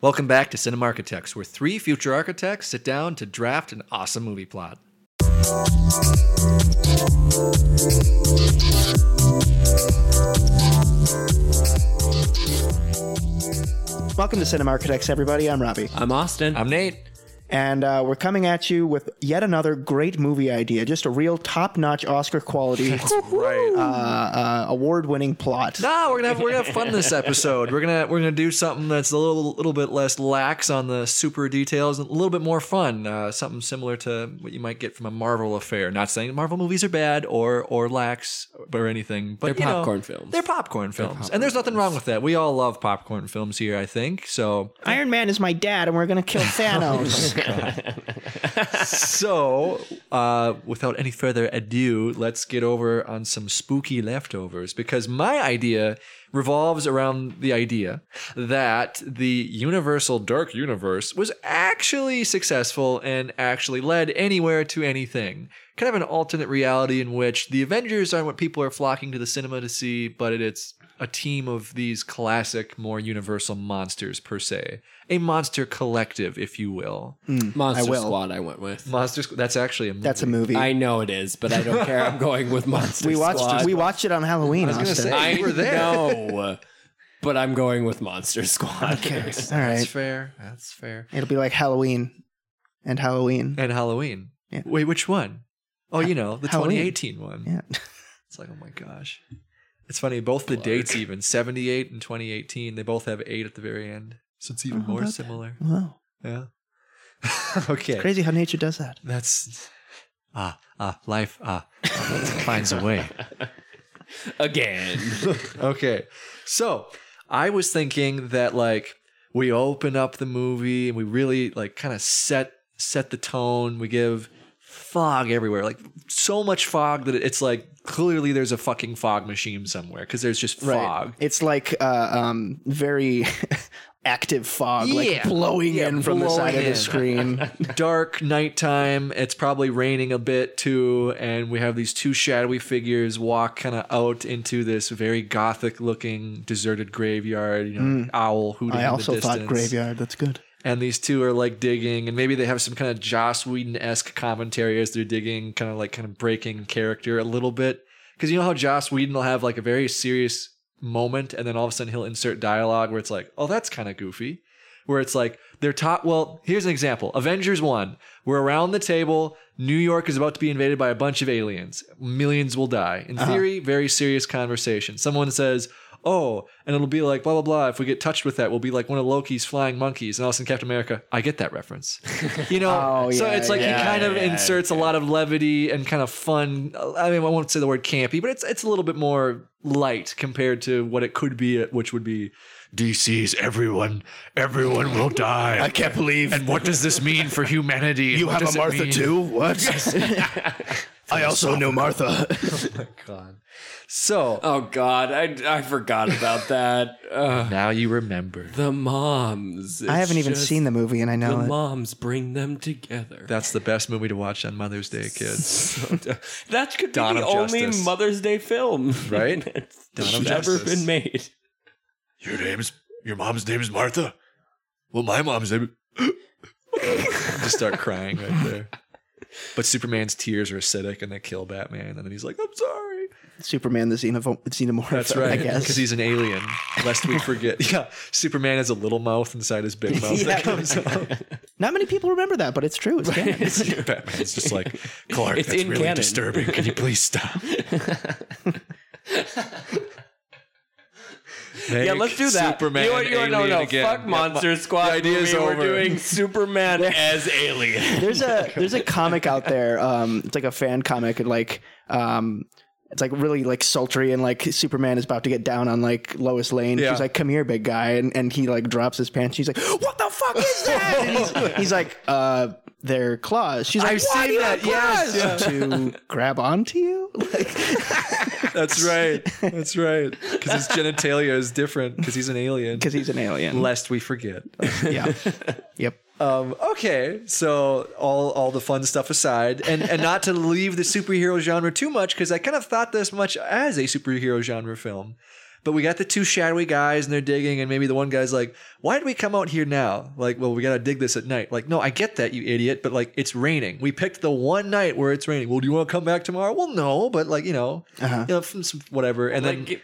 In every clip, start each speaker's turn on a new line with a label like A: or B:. A: Welcome back to Cinema Architects, where three future architects sit down to draft an awesome movie plot.
B: Welcome to Cinema Architects, everybody. I'm Robbie.
C: I'm Austin.
A: I'm Nate.
B: And uh, we're coming at you with yet another great movie idea, just a real top notch Oscar quality,
A: Right.
B: uh, uh, award winning plot.
A: No, we're gonna have we're gonna have fun this episode. We're gonna we're gonna do something that's a little little bit less lax on the super details, and a little bit more fun. Uh, something similar to what you might get from a Marvel affair. Not saying Marvel movies are bad or or lax or anything, but
C: They're
A: you know,
C: popcorn films.
A: They're popcorn films, and there's nothing wrong with that. We all love popcorn films here, I think. So
B: Iron Man is my dad, and we're going to kill Thanos.
A: so uh, without any further ado let's get over on some spooky leftovers because my idea revolves around the idea that the universal dark universe was actually successful and actually led anywhere to anything kind of an alternate reality in which the avengers aren't what people are flocking to the cinema to see but it's a team of these classic more universal monsters per se a monster collective if you will
C: Monster
B: I will.
C: Squad. I went with.
A: Monster Squad. That's actually a movie.
B: That's a movie.
C: I know it is, but I don't care. I'm going with Monster
B: we watched
C: Squad.
B: we watched it on Halloween.
A: was gonna
B: Austin.
A: say-
C: I
A: You were there.
C: know, but I'm going with Monster Squad.
B: Okay. All
A: That's
B: right.
A: fair. That's fair.
B: It'll be like Halloween and Halloween.
A: And Halloween.
B: Yeah.
A: Wait, which one? Oh, you know, the
B: Halloween.
A: 2018 one.
B: Yeah.
A: It's like, oh my gosh. It's funny, both the dates even, 78 and 2018, they both have 8 at the very end. So it's even
B: Oh,
A: more
B: about that.
A: similar.
B: Wow.
A: Yeah. okay.
B: Crazy how nature does that.
A: That's ah ah life ah finds a way.
C: Again.
A: okay. So I was thinking that like we open up the movie and we really like kind of set set the tone. We give fog everywhere, like so much fog that it's like clearly there's a fucking fog machine somewhere because there's just fog.
B: It's like uh, um, very active fog, like
A: Yeah.
B: blowing
A: Yeah,
B: in from the
A: blowing
B: side of
A: in.
B: the screen.
A: dark nighttime. It's probably raining a bit too, and we have these two shadowy figures walk kind of out into this very gothic-looking deserted graveyard. You know, owl hooting.
B: Hmm. I
A: in the
B: also thought
A: distance.
B: graveyard. That's good.
A: and these two are like digging, and maybe they have some kind of Joss Whedon esque commentary as they're digging, kind of like kind of breaking character a little bit. Because you know how Joss Whedon will have like a very serious moment, and then all of a sudden he'll insert dialogue where it's like, oh, that's kind of goofy. Where it's like they're taught. Well, here's an example: Avengers One. We're around the table. New York is about to be invaded by a bunch of aliens. Millions will die. In
C: Uh-huh.
A: theory, very serious conversation. Someone says, oh, and it'll be like blah blah blah. If we get touched with that, we'll be like one of Loki's flying monkeys, and all of a sudden Captain America, I get that reference. You know,
B: Oh,
A: so
B: yeah,
A: it's like he
C: yeah,
A: kind of
C: yeah,
A: inserts a lot of levity and kind of fun. I mean, I won't say the word campy, but it's it's a little bit more light compared to what it could be, which would be DC's everyone, everyone will die.
D: I can't believe
A: and what does this mean for humanity?
D: you
A: What
D: have
A: does
D: a
A: it
D: Martha
A: mean?
D: too. What? I also know Martha.
A: God. So
C: oh God, I, I forgot about that. Uh,
A: now you remember.
C: the moms.
B: I haven't
C: It's
B: even
C: just
B: seen the movie, and I
C: The
B: know it.
C: moms bring them together.
A: That's the best movie to watch on Mother's Day, kids.
C: that could be
A: Dawn
C: the
A: of
C: only
A: Justice.
C: Mother's Day film,
A: Right? Dawn
C: that's
A: of
C: ever
A: Justice.
C: been made.
D: Your name's your mom's name is Martha. Well, my mom's name.
A: just start crying right there. But Superman's tears are acidic and they kill Batman. And then he's like, I'm sorry.
B: Superman the Xenovo- Xenomorph.
A: That's
B: I
A: right.
B: guess.
A: Because he's an alien, lest we forget. Yeah. Superman has a little mouth inside his big mouth
B: Yeah.
A: that comes out.
B: Not many people remember that, but it's true. It's canon.
A: Batman's just like,
D: Clark,
C: It's
D: that's
C: in
D: really
C: canon.
D: disturbing. Can you please stop?
C: Yeah, let's do that.
A: Superman.
C: You, you, no,
A: alien
C: no,
A: again.
C: fuck Monster Squad.
A: The idea is
C: movie.
A: over.
C: We're doing Superman as alien.
B: there's a there's a comic out there. Um, it's like a fan comic, and like um, it's like really like sultry, and like Superman is about to get down on like Lois Lane.
A: Yeah.
B: She's like, "Come here, big guy," and, and he like drops his pants. She's like, "What the fuck is that?" And he's, he's like, "Uh, they're claws." She's like,
A: I've seen
B: "Why do you have
A: that, yes,
B: claws?" to grab onto you."
A: That's right. That's right. Because his genitalia is different because he's an alien.
B: Because he's an alien.
A: Lest we forget.
B: yeah. Yep.
A: Um, okay, so all all the fun stuff aside, and and not to leave the superhero genre too much because I kind of thought this much as a superhero genre film, But we got the two shadowy guys and they're digging, and maybe the one guy's like, Why did we come out here now? Like, well, we gotta dig this at night. Like, no, I get that, you idiot, but like it's raining. We picked the one night where it's raining. Well, do you wanna come back tomorrow? Well, no, but like, you know,
B: Uh-huh.
A: you know, from some whatever. And then
C: like it-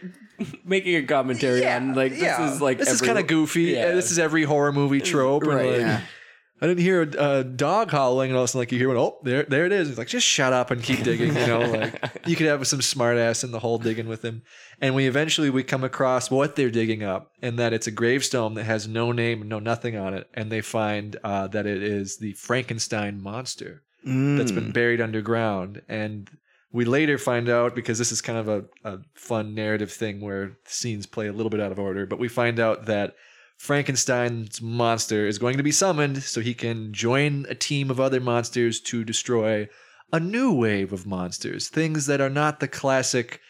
C: making a commentary on like this
A: yeah.
C: is like
A: this is
C: every-
A: kind of goofy.
C: Yeah.
A: This is every horror movie trope. and,
B: Right,
A: like,
B: yeah.
A: I didn't hear a uh, dog howling, and all of a sudden, like you hear one, oh, there, there it is. He's like, just shut up and keep digging. You know, like you could have some smart ass in the hole digging with him. And we eventually we come across what they're digging up, and that it's a gravestone that has no name, and no nothing on it, and they find uh, that it is the Frankenstein monster that's
B: Mm.
A: been buried underground. And we later find out because this is kind of a, a fun narrative thing where scenes play a little bit out of order, but we find out that Frankenstein's monster is going to be summoned so he can join a team of other monsters to destroy a new wave of monsters, things that are not the classic,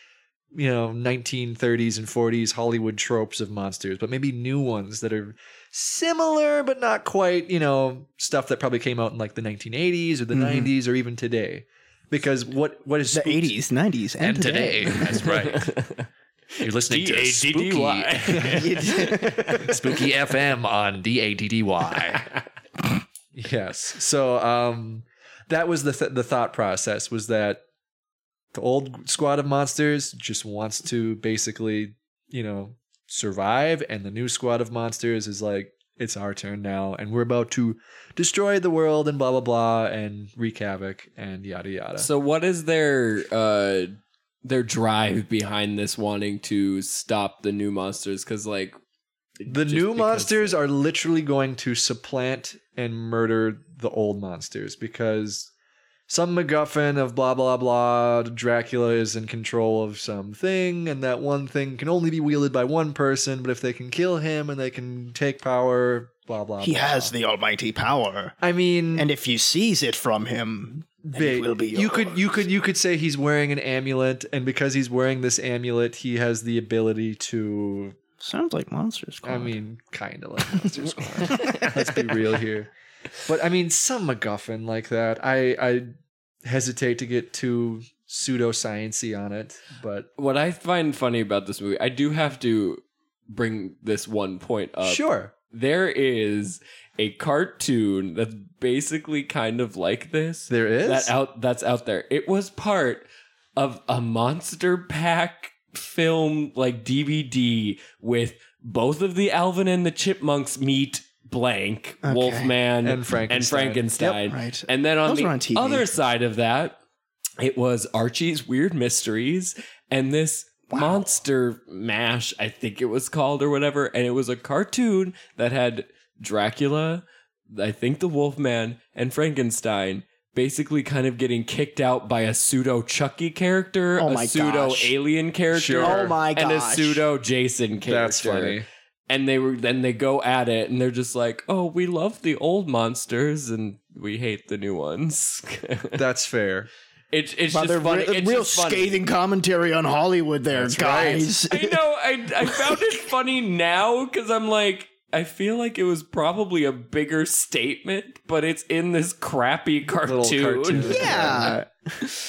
A: you know, 1930s and 40s Hollywood tropes of monsters, but maybe new ones that are similar but not quite, you know, stuff that probably came out in like the 1980s or the
B: Mhm.
A: 90s or even today. Because what what is
B: the
A: spooked-
B: 80s, 90s, and,
A: That's right. You're listening
C: D-A-D-D-Y.
A: Spooky FM on D A D D Y. yes. So um, that was the th- the thought process was that the old squad of monsters just wants to basically you know survive, and the new squad of monsters is like it's our turn now, and we're about to destroy the world and blah blah blah and wreak havoc and yada yada.
C: So what is their uh their drive behind this wanting to stop the new monsters cuz like
A: The
C: just
A: new
C: because-
A: monsters are literally going to supplant and murder the old monsters because some MacGuffin of blah blah blah Dracula is in control of something, and that one thing can only be wielded by one person. But if they can kill him and they can take power, blah blah.
B: He
A: blah.
B: has the almighty power.
A: I mean,
B: And if you seize it from him,
A: Ba-
B: it will be
A: you could you could you could say he's wearing an amulet, and because he's wearing this amulet, he has the ability to
B: sounds like Monster Squad.
A: I mean, kind of like Monster Squad. Let's be real here. But I mean, some MacGuffin like that. I I hesitate to get too pseudosciency on it, but
C: what I find funny about this movie, I do have to bring this one point up.
A: sure.
C: There is a cartoon that's basically kind of like this.
A: There is.
C: that out that's out there. It was part of a monster pack film like DVD with both of the Alvin and the Chipmunks meet blank
B: Okay.
C: Wolfman
A: And Frankenstein.
C: and Frankenstein.
B: Yep. Right.
C: And then on
B: Those
C: the
B: were on TV.
C: other side of that, it was Archie's Weird Mysteries and this Monster Mash, I think it was called or whatever, and it was a cartoon that had Dracula, I think the Wolfman and Frankenstein basically kind of getting kicked out by a pseudo Chucky character,
B: Oh
C: a
B: my
C: pseudo
B: gosh.
C: alien character,
A: Sure. Oh
B: my
C: and a
B: gosh.
C: pseudo Jason character.
A: That's funny.
C: And they were then they go at it and they're just like, "Oh, we love the old monsters and we hate the new ones."
A: That's fair.
C: it's it's
B: Wow, they're
C: just funny.
B: re-
C: it's
B: real
C: just funny.
B: scathing commentary on Hollywood there, guys.
C: I know. I I found it funny now because I'm like. I feel like it was probably a bigger statement, but it's in this crappy
A: Little cartoon.
B: Yeah.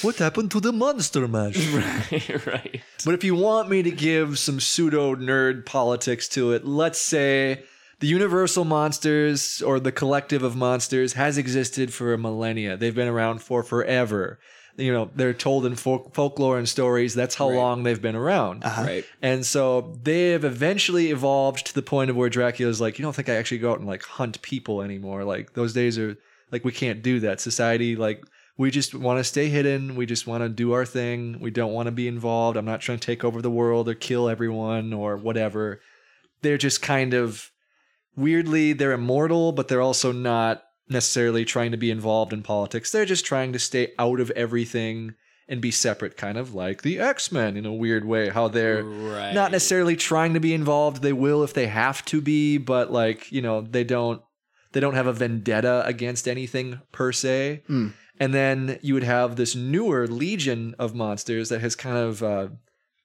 A: What happened to the monster mash?
C: right, right.
A: But if you want me to give some pseudo nerd politics to it, let's say the universal monsters or the collective of monsters has existed for millennia. They've been around for forever. You know, they're told in folk- folklore and stories. That's how long they've been around.
C: Right.
A: And so they've eventually evolved to the point of where Dracula's like, you don't think I actually go out and like hunt people anymore. Like those days are like we can't do that. Society like we just want to stay hidden. We just want to do our thing. We don't want to be involved. I'm not trying to take over the world or kill everyone or whatever. They're just kind of weirdly they're immortal, but they're also not necessarily trying to be involved in politics. They're just trying to stay out of everything and be separate kind of like the X-Men in a weird way how they're
C: Right.
A: not necessarily trying to be involved. They will if they have to be, but like you know, they don't they don't have a vendetta against anything per se.
B: Hmm.
A: And then you would have this newer legion of monsters that has kind of uh,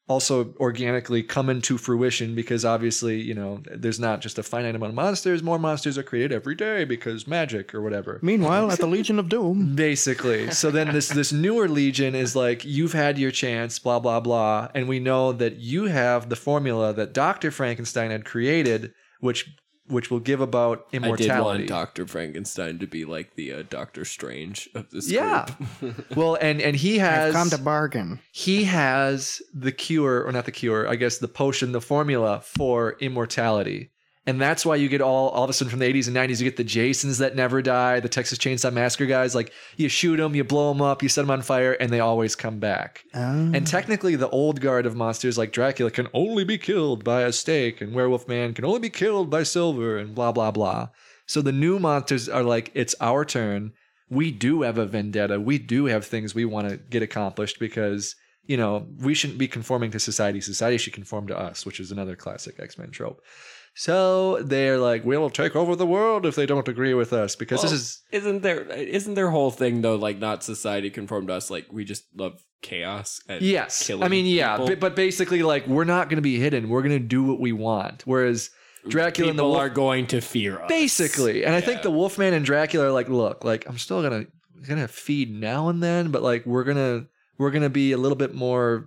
A: also organically come into fruition because obviously, you know, there's not just a finite amount of monsters. More monsters are created every day because magic or whatever.
B: Meanwhile, at the Legion of Doom,
A: Basically. So then this this newer legion is like you've had your chance, blah blah blah, and we know that you have the formula that Dr. Frankenstein had created which which will give about
C: I did want
A: immortality.
C: Doctor Frankenstein to be like the uh, Doctor Strange of this.
A: yeah.
C: group.
A: well, and and he has
B: I've come to bargain.
A: he has the cure or not the cure i guess the potion the formula for immortality and that's why you get all all of a sudden from the 80s and 90s you get the jasons that never die the texas chainsaw massacre guys like you shoot them you blow them up you set them on fire and they always come back and technically the old guard of monsters like dracula can only be killed by a stake and werewolf man can only be killed by silver and blah blah blah so the new monsters are like, it's our turn. We do have a vendetta. We do have things we want to get accomplished because, you know, we shouldn't be conforming to society. Society should conform to us, which is another classic X Men trope. So they're like, we'll take over the world if they don't agree with us because this
C: Well,
A: is.
C: isn't there isn't their whole thing though like not society conformed to us like we just love chaos and
A: Yes.
C: killing
A: I mean, yeah.
C: people.
A: But, but basically, like, we're not going to be hidden. We're going to do what we want. Whereas Dracula and the
C: people
A: Wolf-
C: are going to fear us
A: basically and i think
C: Yeah.
A: the wolfman and dracula are like look like i'm still gonna gonna feed now and then but like we're gonna we're gonna be a little bit more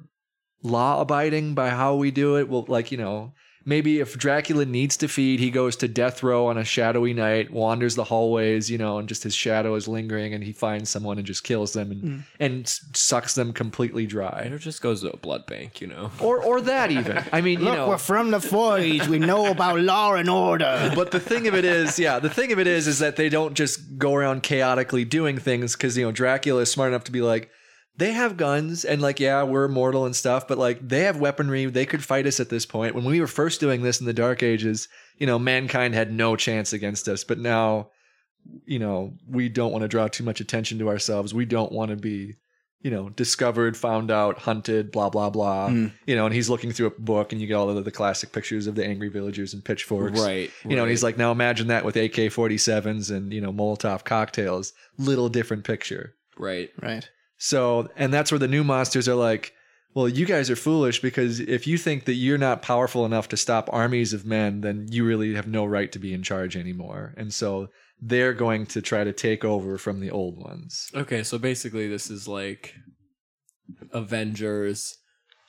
A: law abiding by how we do it well like you know maybe if dracula needs to feed he goes to death row on a shadowy night wanders the hallways you know and just his shadow is lingering and he finds someone and just kills them and
B: Mm.
A: and s- sucks them completely dry
C: it just goes to a blood bank you know
A: or or that even i mean
B: Look,
A: you know
B: we're from the 40s. We know about law and order.
A: but the thing of it is, yeah, the thing of it is, is that they don't just go around chaotically doing things because you know Dracula is smart enough to be like, they have guns and like, yeah, we're mortal and stuff, but like they have weaponry, they could fight us at this point. When we were first doing this in the Dark Ages, you know, mankind had no chance against us, but now, you know, we don't want to draw too much attention to ourselves. We don't want to be. You know, discovered, found out, hunted, blah blah blah.
B: Hmm.
A: You know, and he's looking through a book, and you get all of the classic pictures of the angry villagers and pitchforks
C: right
A: you know, and he's
C: right.
A: like, now imagine that with AK 47s and, you know, Molotov cocktails. Little different picture.
C: right
B: right.
A: So, and that's where the new monsters are like, well, you guys are foolish because if you think that you're not powerful enough to stop armies of men, then you really have no right to be in charge anymore. And so they're going to try to take over from the old ones.
C: okay so basically this is like avengers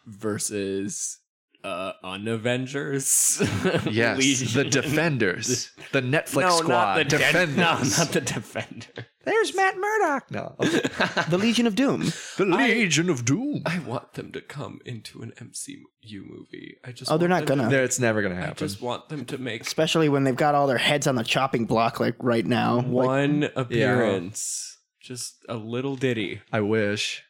C: versus uh unavengers
A: Yes, the
C: Legion.
A: Defenders, the Netflix
C: no,
A: squad,
C: not the de-
A: Defenders.
C: no not the defender
A: There's Matt Murdock. No, okay.
B: The Legion of Doom.
A: the Legion of Doom.
C: I want them to come into an MCU movie. I just
B: Oh, they're
C: want
B: not
C: them to-
B: gonna.
A: There, it's never going to
C: I
A: happen.
C: just want them to make
B: Especially when they've got all their heads on the chopping block, like right now. Like,
C: one appearance, just a little ditty.
A: I wish.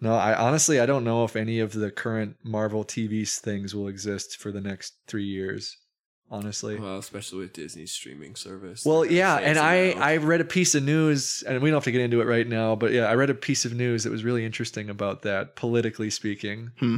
A: No, I honestly I don't know if any of the current Marvel TV things will exist for the next three years. Honestly.
C: Well, especially with Disney's streaming service.
A: Well,
C: they're gonna
A: yeah,
C: say
A: and
C: it's
A: I
C: a no.
A: I read a piece of news, and we don't have to get into it right now, but yeah, I read a piece of news that was really interesting about that, politically speaking,
B: Hmm.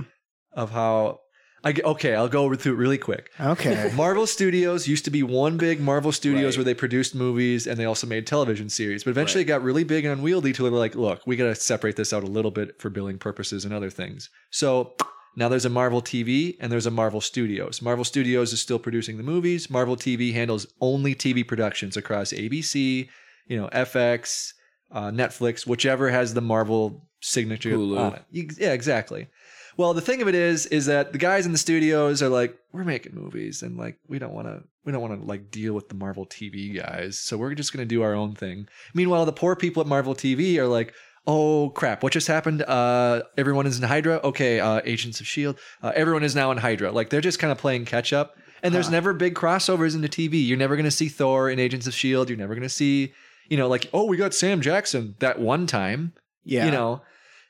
A: of how. I g okay, I'll go through it really quick.
B: okay.
A: Marvel Studios used to be one big Marvel Studios
C: Right.
A: where they produced movies and they also made television series, but eventually it got really big and unwieldy to where they're like, look, we got to separate this out a little bit for billing purposes and other things. So now there's a Marvel TV and there's a Marvel Studios. Marvel Studios is still producing the movies. Marvel TV handles only TV productions across ABC, you know, FX, uh, Netflix, whichever has the Marvel signature
C: Hulu.
A: on it. Ex- Yeah, exactly. Well, the thing of it is, is that the guys in the studios are like, we're making movies, and like we don't want to, we don't want to like deal with the Marvel TV guys, so we're just gonna do our own thing. Meanwhile, the poor people at Marvel TV are like, oh crap, what just happened? Uh, everyone is in Hydra. Okay, uh, Agents of Shield. Uh, everyone is now in Hydra. Like they're just kind of playing catch up. And there's
B: Huh.
A: never big crossovers into TV. You're never gonna see Thor in Agents of Shield. E You're never gonna see, you know, like oh we got Sam Jackson that one time
B: Yeah.
A: you know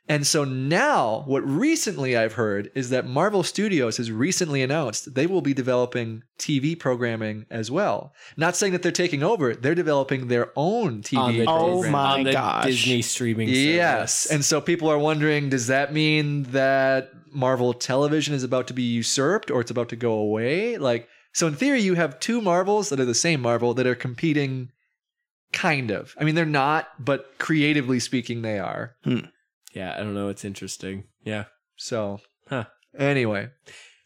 A: and so now what recently i've heard is that marvel studios has recently announced they will be developing tv programming as well not saying that they're taking over they're developing their own tv
B: Oh
A: programming.
B: my
C: on the
B: gosh.
C: Disney streaming service.
A: yes and so people are wondering does that mean that marvel television is about to be usurped or it's about to go away like so in theory you have two marvels that are the same marvel that are competing kind of i mean they're not but creatively speaking they are
C: yeah, I don't know. It's interesting. Yeah,
A: So
C: Huh.
A: Anyway,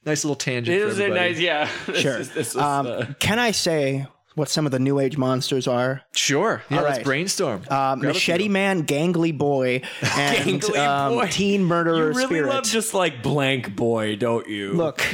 A: nice little tangent.
C: It
A: for
C: was a
A: everybody.
C: nice, yeah. This
B: Sure.
C: is- this was,
B: Um,
C: uh,
B: Can I say what some of the new age monsters are?
A: Sure. Yeah,
B: All
A: let's
B: right.
A: brainstorm.
B: Uh,
A: Grab a
B: machete
A: few.
B: Man, Gangly Boy, and
C: Gangly
B: um,
C: Boy.
B: Teen
C: you
B: Murderer
C: really
B: Spirit.
C: love just like blank boy, don't you?
B: Look.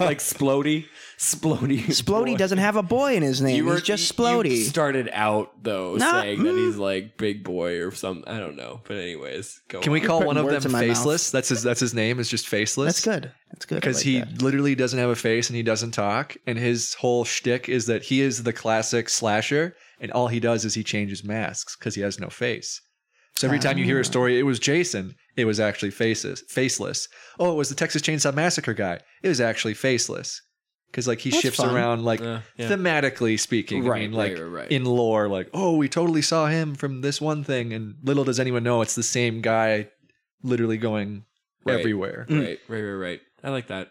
C: like Splody, Splody,
B: Splody
C: boy.
B: doesn't have a boy in his name.
C: You were
B: He's just
C: you- you
B: Splody.
C: started out though
B: Nah,
C: saying that
B: mm.
C: he's like big boy or something. I don't know, but anyways, go
A: Can we
C: on.
A: call
B: putting
A: one of
B: words
A: them
B: in my mouth.
A: faceless? That's his. That's his name. Is just faceless.
B: That's good. That's good. I
A: because
B: like
A: he
B: that.
A: literally doesn't have a face and he doesn't talk. And his whole shtick is that he is the classic slasher, and all he does is he changes masks because he has no face. So every time you
C: Ah.
A: hear a story, it was Jason. It was actually faces, faceless. Oh, it was the Texas Chainsaw Massacre guy. It was actually faceless because like he
B: That's
A: shifts
B: fun.
A: around like
C: Uh, yeah.
A: thematically speaking. I
C: Right,
A: mean,
C: right,
A: like
C: right, right.
A: in lore, like oh, we totally saw him from this one thing, and little does anyone know it's the same guy, literally going
C: Right.
A: everywhere.
C: right, right, right, right. I like that.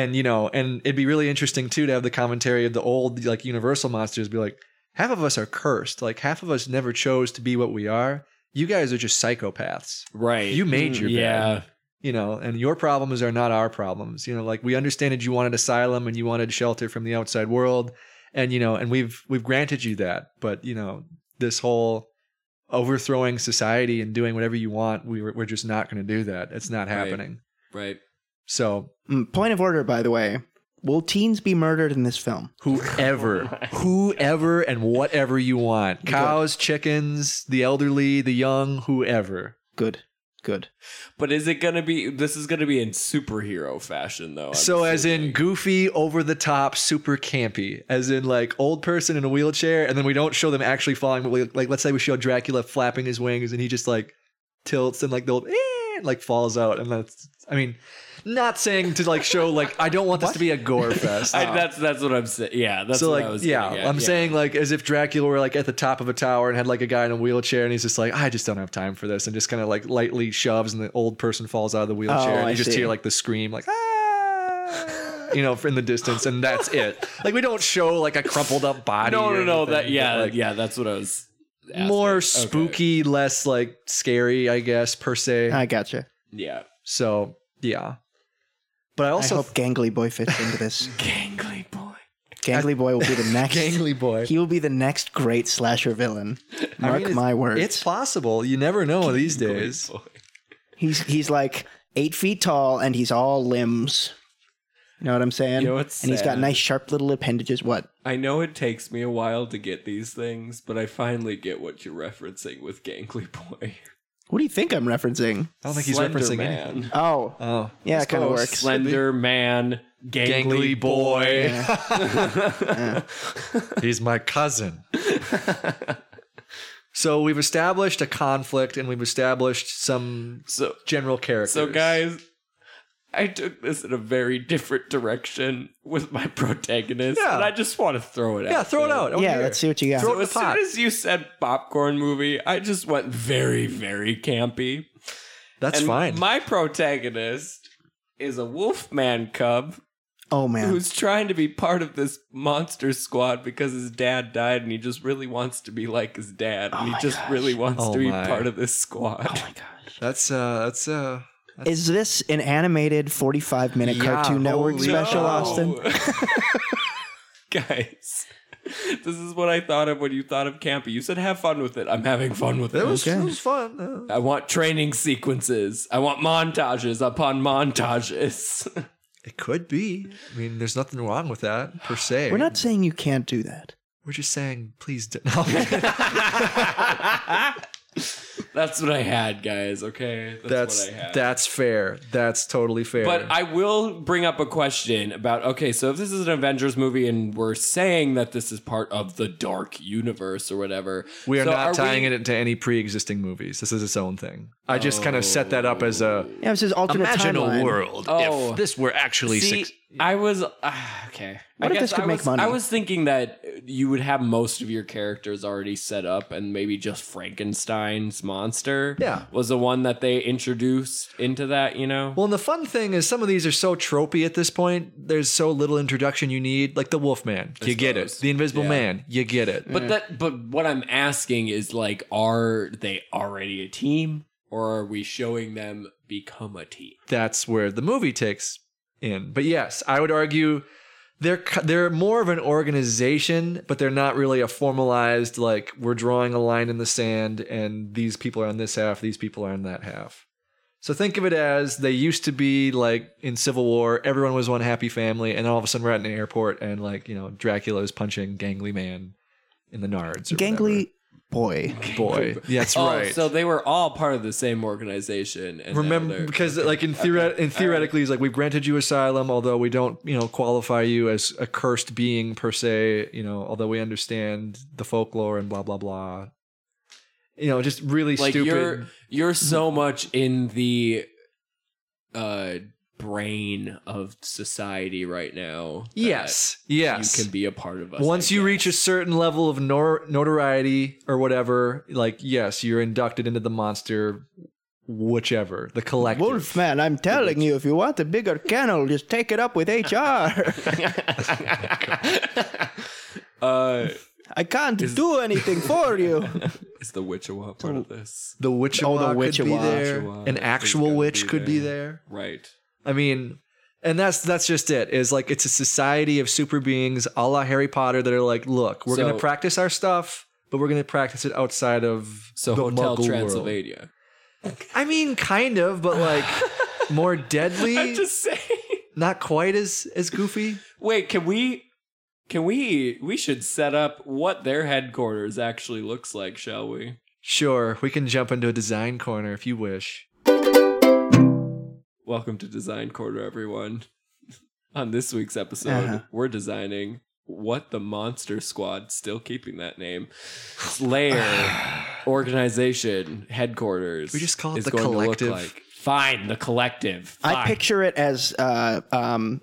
A: and you know and it'd be really interesting too to have the commentary of the old like universal monsters be like half of us are cursed like half of us never chose to be what we are you guys are just psychopaths
C: Right, Mm,
A: You made your
C: yeah.
A: you know and your problems are not our problems you know like we understand that you wanted asylum and you wanted shelter from the outside world and you know and we've we've granted you that but you know this whole overthrowing society and doing whatever you want we were, we're just not going to do that it's not
C: Right.
A: happening
C: Right.
A: so
B: Mm, Point of order, by the way. Will teens be murdered in this film?
A: Whoever, whoever, and whatever you want cows, chickens, the elderly, the young, whoever.
B: Good. Good.
C: But is it gonna be? This is gonna be in superhero fashion, though. I'm
A: so, as in
C: assuming.
A: goofy, over the top, super campy, as in like old person in a wheelchair, and then we don't show them actually falling, but we, like, let's say we show Dracula flapping his wings and he just like tilts and like the old, eh, like falls out. And that's, I mean, not saying to like show, like, I don't want this to be a gore fest.
C: I, that's that's what I'm saying. Yeah, that's
A: so
C: what
A: like
C: I was
A: yeah
C: getting at.
A: i'm saying like as if dracula were like at the top of a tower and had like a guy in a wheelchair and he's just like i just don't have time for this and just kind of like lightly shoves and the old person falls out of the wheelchair
B: Oh,
A: and
B: I
A: you just
B: see.
A: hear like the scream like ah you know in the distance and that's it like we don't show like a crumpled up body
C: no,
A: or
C: no, no.
A: anything,
C: That
A: but,
C: yeah,
A: like,
C: yeah. That's what I was. asking.
A: more
C: Okay.
A: spooky less like scary i guess per se
B: I gotcha.
C: Yeah.
A: so yeah but i also
B: I hope Gangly Boy fits into this.
C: Gangly boy.
B: Gangly Boy will be the next.
A: gangly boy
B: He will be the next great slasher villain.
A: I mean,
B: Mark
A: it's-
B: my words.
A: it's possible you never know these days
C: Boy.
B: He's he's like eight feet tall and he's all limbs. You know what I'm saying?
C: You know what's
B: and he's got
C: sad?
B: nice sharp little appendages. What?
C: I know it takes me a while to get these things, but I finally get what you're referencing with Gangly Boy.
B: What do you think I'm referencing?
A: i don't think he's
C: Slender
A: referencing anything
C: man.
B: Oh,
A: Oh,
B: yeah,
A: I
B: it kind of
A: suppose.
B: works.
C: Slender man, gangly,
A: Gangly
C: boy.
A: boy. He's my cousin. so we've established a conflict and we've established some
C: So,
A: general characters.
C: so guys, I took this in a very different direction with my protagonist,
A: Yeah.
C: and I just want to throw it out.
A: Yeah, throw it
C: there.
A: out. I wanna
B: yeah,
A: hear
B: let's
A: it.
B: see what you got.
A: Oh, Throw it
C: So
A: in
C: as
A: the pot.
C: soon as you said popcorn movie, I just went very, very campy.
A: That's
C: and
A: fine.
C: My protagonist is a wolfman cub
B: oh man,
C: who's trying to be part of this monster squad because his dad died and he just really wants to be like his dad.
B: Oh
C: and he
B: my
C: just
B: gosh.
C: really wants
A: Oh
C: to be
A: my.
C: part of this squad.
B: oh my gosh,
A: that's uh, that's uh,
B: is this an animated 45 minute
A: Yeah,
B: Cartoon Network
A: holy
B: special,
A: cow.
B: Austin?
C: Guys, this is what I thought of when you thought of campy. You said have fun with it. I'm having fun with
A: that
C: it.
A: was
B: Okay.
A: that was fun. Uh,
C: I want training sequences. I want montages upon montages.
A: it could be. I mean, there's nothing wrong with that per se.
B: We're not saying you can't do that.
A: We're just saying, please. do no.
C: That's what I had, guys. Okay,
A: that's that's fair. That's totally fair.
C: But I will bring up a question about okay, so if this is an Avengers movie and we're saying that this is part of the dark universe or whatever,
A: We are
C: so
A: not tying
C: we-
A: it into any pre-existing movies. This is its own thing. I just kind of set that up as a
B: Yeah, this is alternate
A: imagine
B: timeline.
A: a world
C: Oh.
A: if this were actually
C: See,
A: six.
C: I was uh, okay.
B: What
C: I
B: if this
C: guess
B: could
C: I
B: make
C: was,
B: money?
C: I was thinking that you would have most of your characters already set up, and maybe just Frankenstein's monster.
A: Yeah.
C: was the one that they introduced into that. You know,
A: Well, and the fun thing is, some of these are so tropey at this point. There's so little introduction you need. Like the Wolfman, you get it.
C: suppose.
A: The Invisible
C: Yeah.
A: Man, you get it.
C: But that but what I'm asking is like are they already a team? or are we showing them become a team?
A: that's where the movie takes in. But yes, I would argue they're ki- they're more of an organization, but they're not really a formalized like we're drawing a line in the sand and these people are on this half, these people are on that half. So think of it as they used to be like in Civil War, everyone was one happy family, and all of a sudden we're at an airport and like you know Dracula's punching Gangly Man in the nards. Or
B: Gangly boy.
A: whatever. boy, yeah, that's
C: oh,
A: right.
C: so they were all part of the same organization. And now
A: Remember,
C: they're-
A: because like in theoret- in theoretically, it's like we've granted you asylum, although we don't, you know, qualify you as a cursed being per se. You know, although we understand the folklore and blah blah blah. You know, just really
C: like
A: stupid.
C: you're you're so much in the uh brain of society right now. that
A: yes, yes.
C: you can be a part of us.
A: Once
C: I
A: you
C: guess.
A: reach a certain level of nor- notoriety or whatever, like yes, you're inducted into the monster, whichever the collective.
B: Wolfman, I'm telling you, if you want a bigger kennel, just take it up with HR.
C: uh,
B: I can't do anything for you.
C: is the Witchawa part of this?
A: The witch.
B: Oh, the
A: could be
B: Witchawa.
A: there.
C: Witchawa
A: An
C: is
A: actual
C: gonna
A: witch
C: be
A: could be
C: there.
A: there.
C: Right.
A: I mean, and that's that's just it. Is like it's a society of super beings, a la Harry Potter, that are like, look, we're
C: So-
A: gonna practice our stuff, but we're gonna practice it outside of
C: So
A: the
C: Hotel
A: Muggle world."
C: Transylvania.
A: I mean, kind of, but like more deadly,
C: saying.
A: not quite as as goofy.
C: Wait, can we? Can we? We should set up what their headquarters actually looks like, shall we?
A: Sure, we can jump into a design corner if you wish.
C: Welcome to Design Corner, everyone. On this week's episode,
B: Uh-huh.
C: we're designing what the Monster Squad, still keeping that name, Slayer organization headquarters.
A: We just call it
C: is
A: the
C: going to look
A: Collective.
C: like. Fine, the collective.
B: I
C: Fine.
B: picture it as uh, um,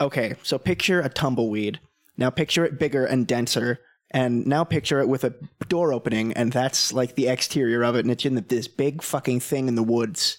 B: okay. So picture a tumbleweed. Now picture it bigger and denser, and now picture it with a door opening, and that's like the exterior of it, and it's in the, this big fucking thing in the woods.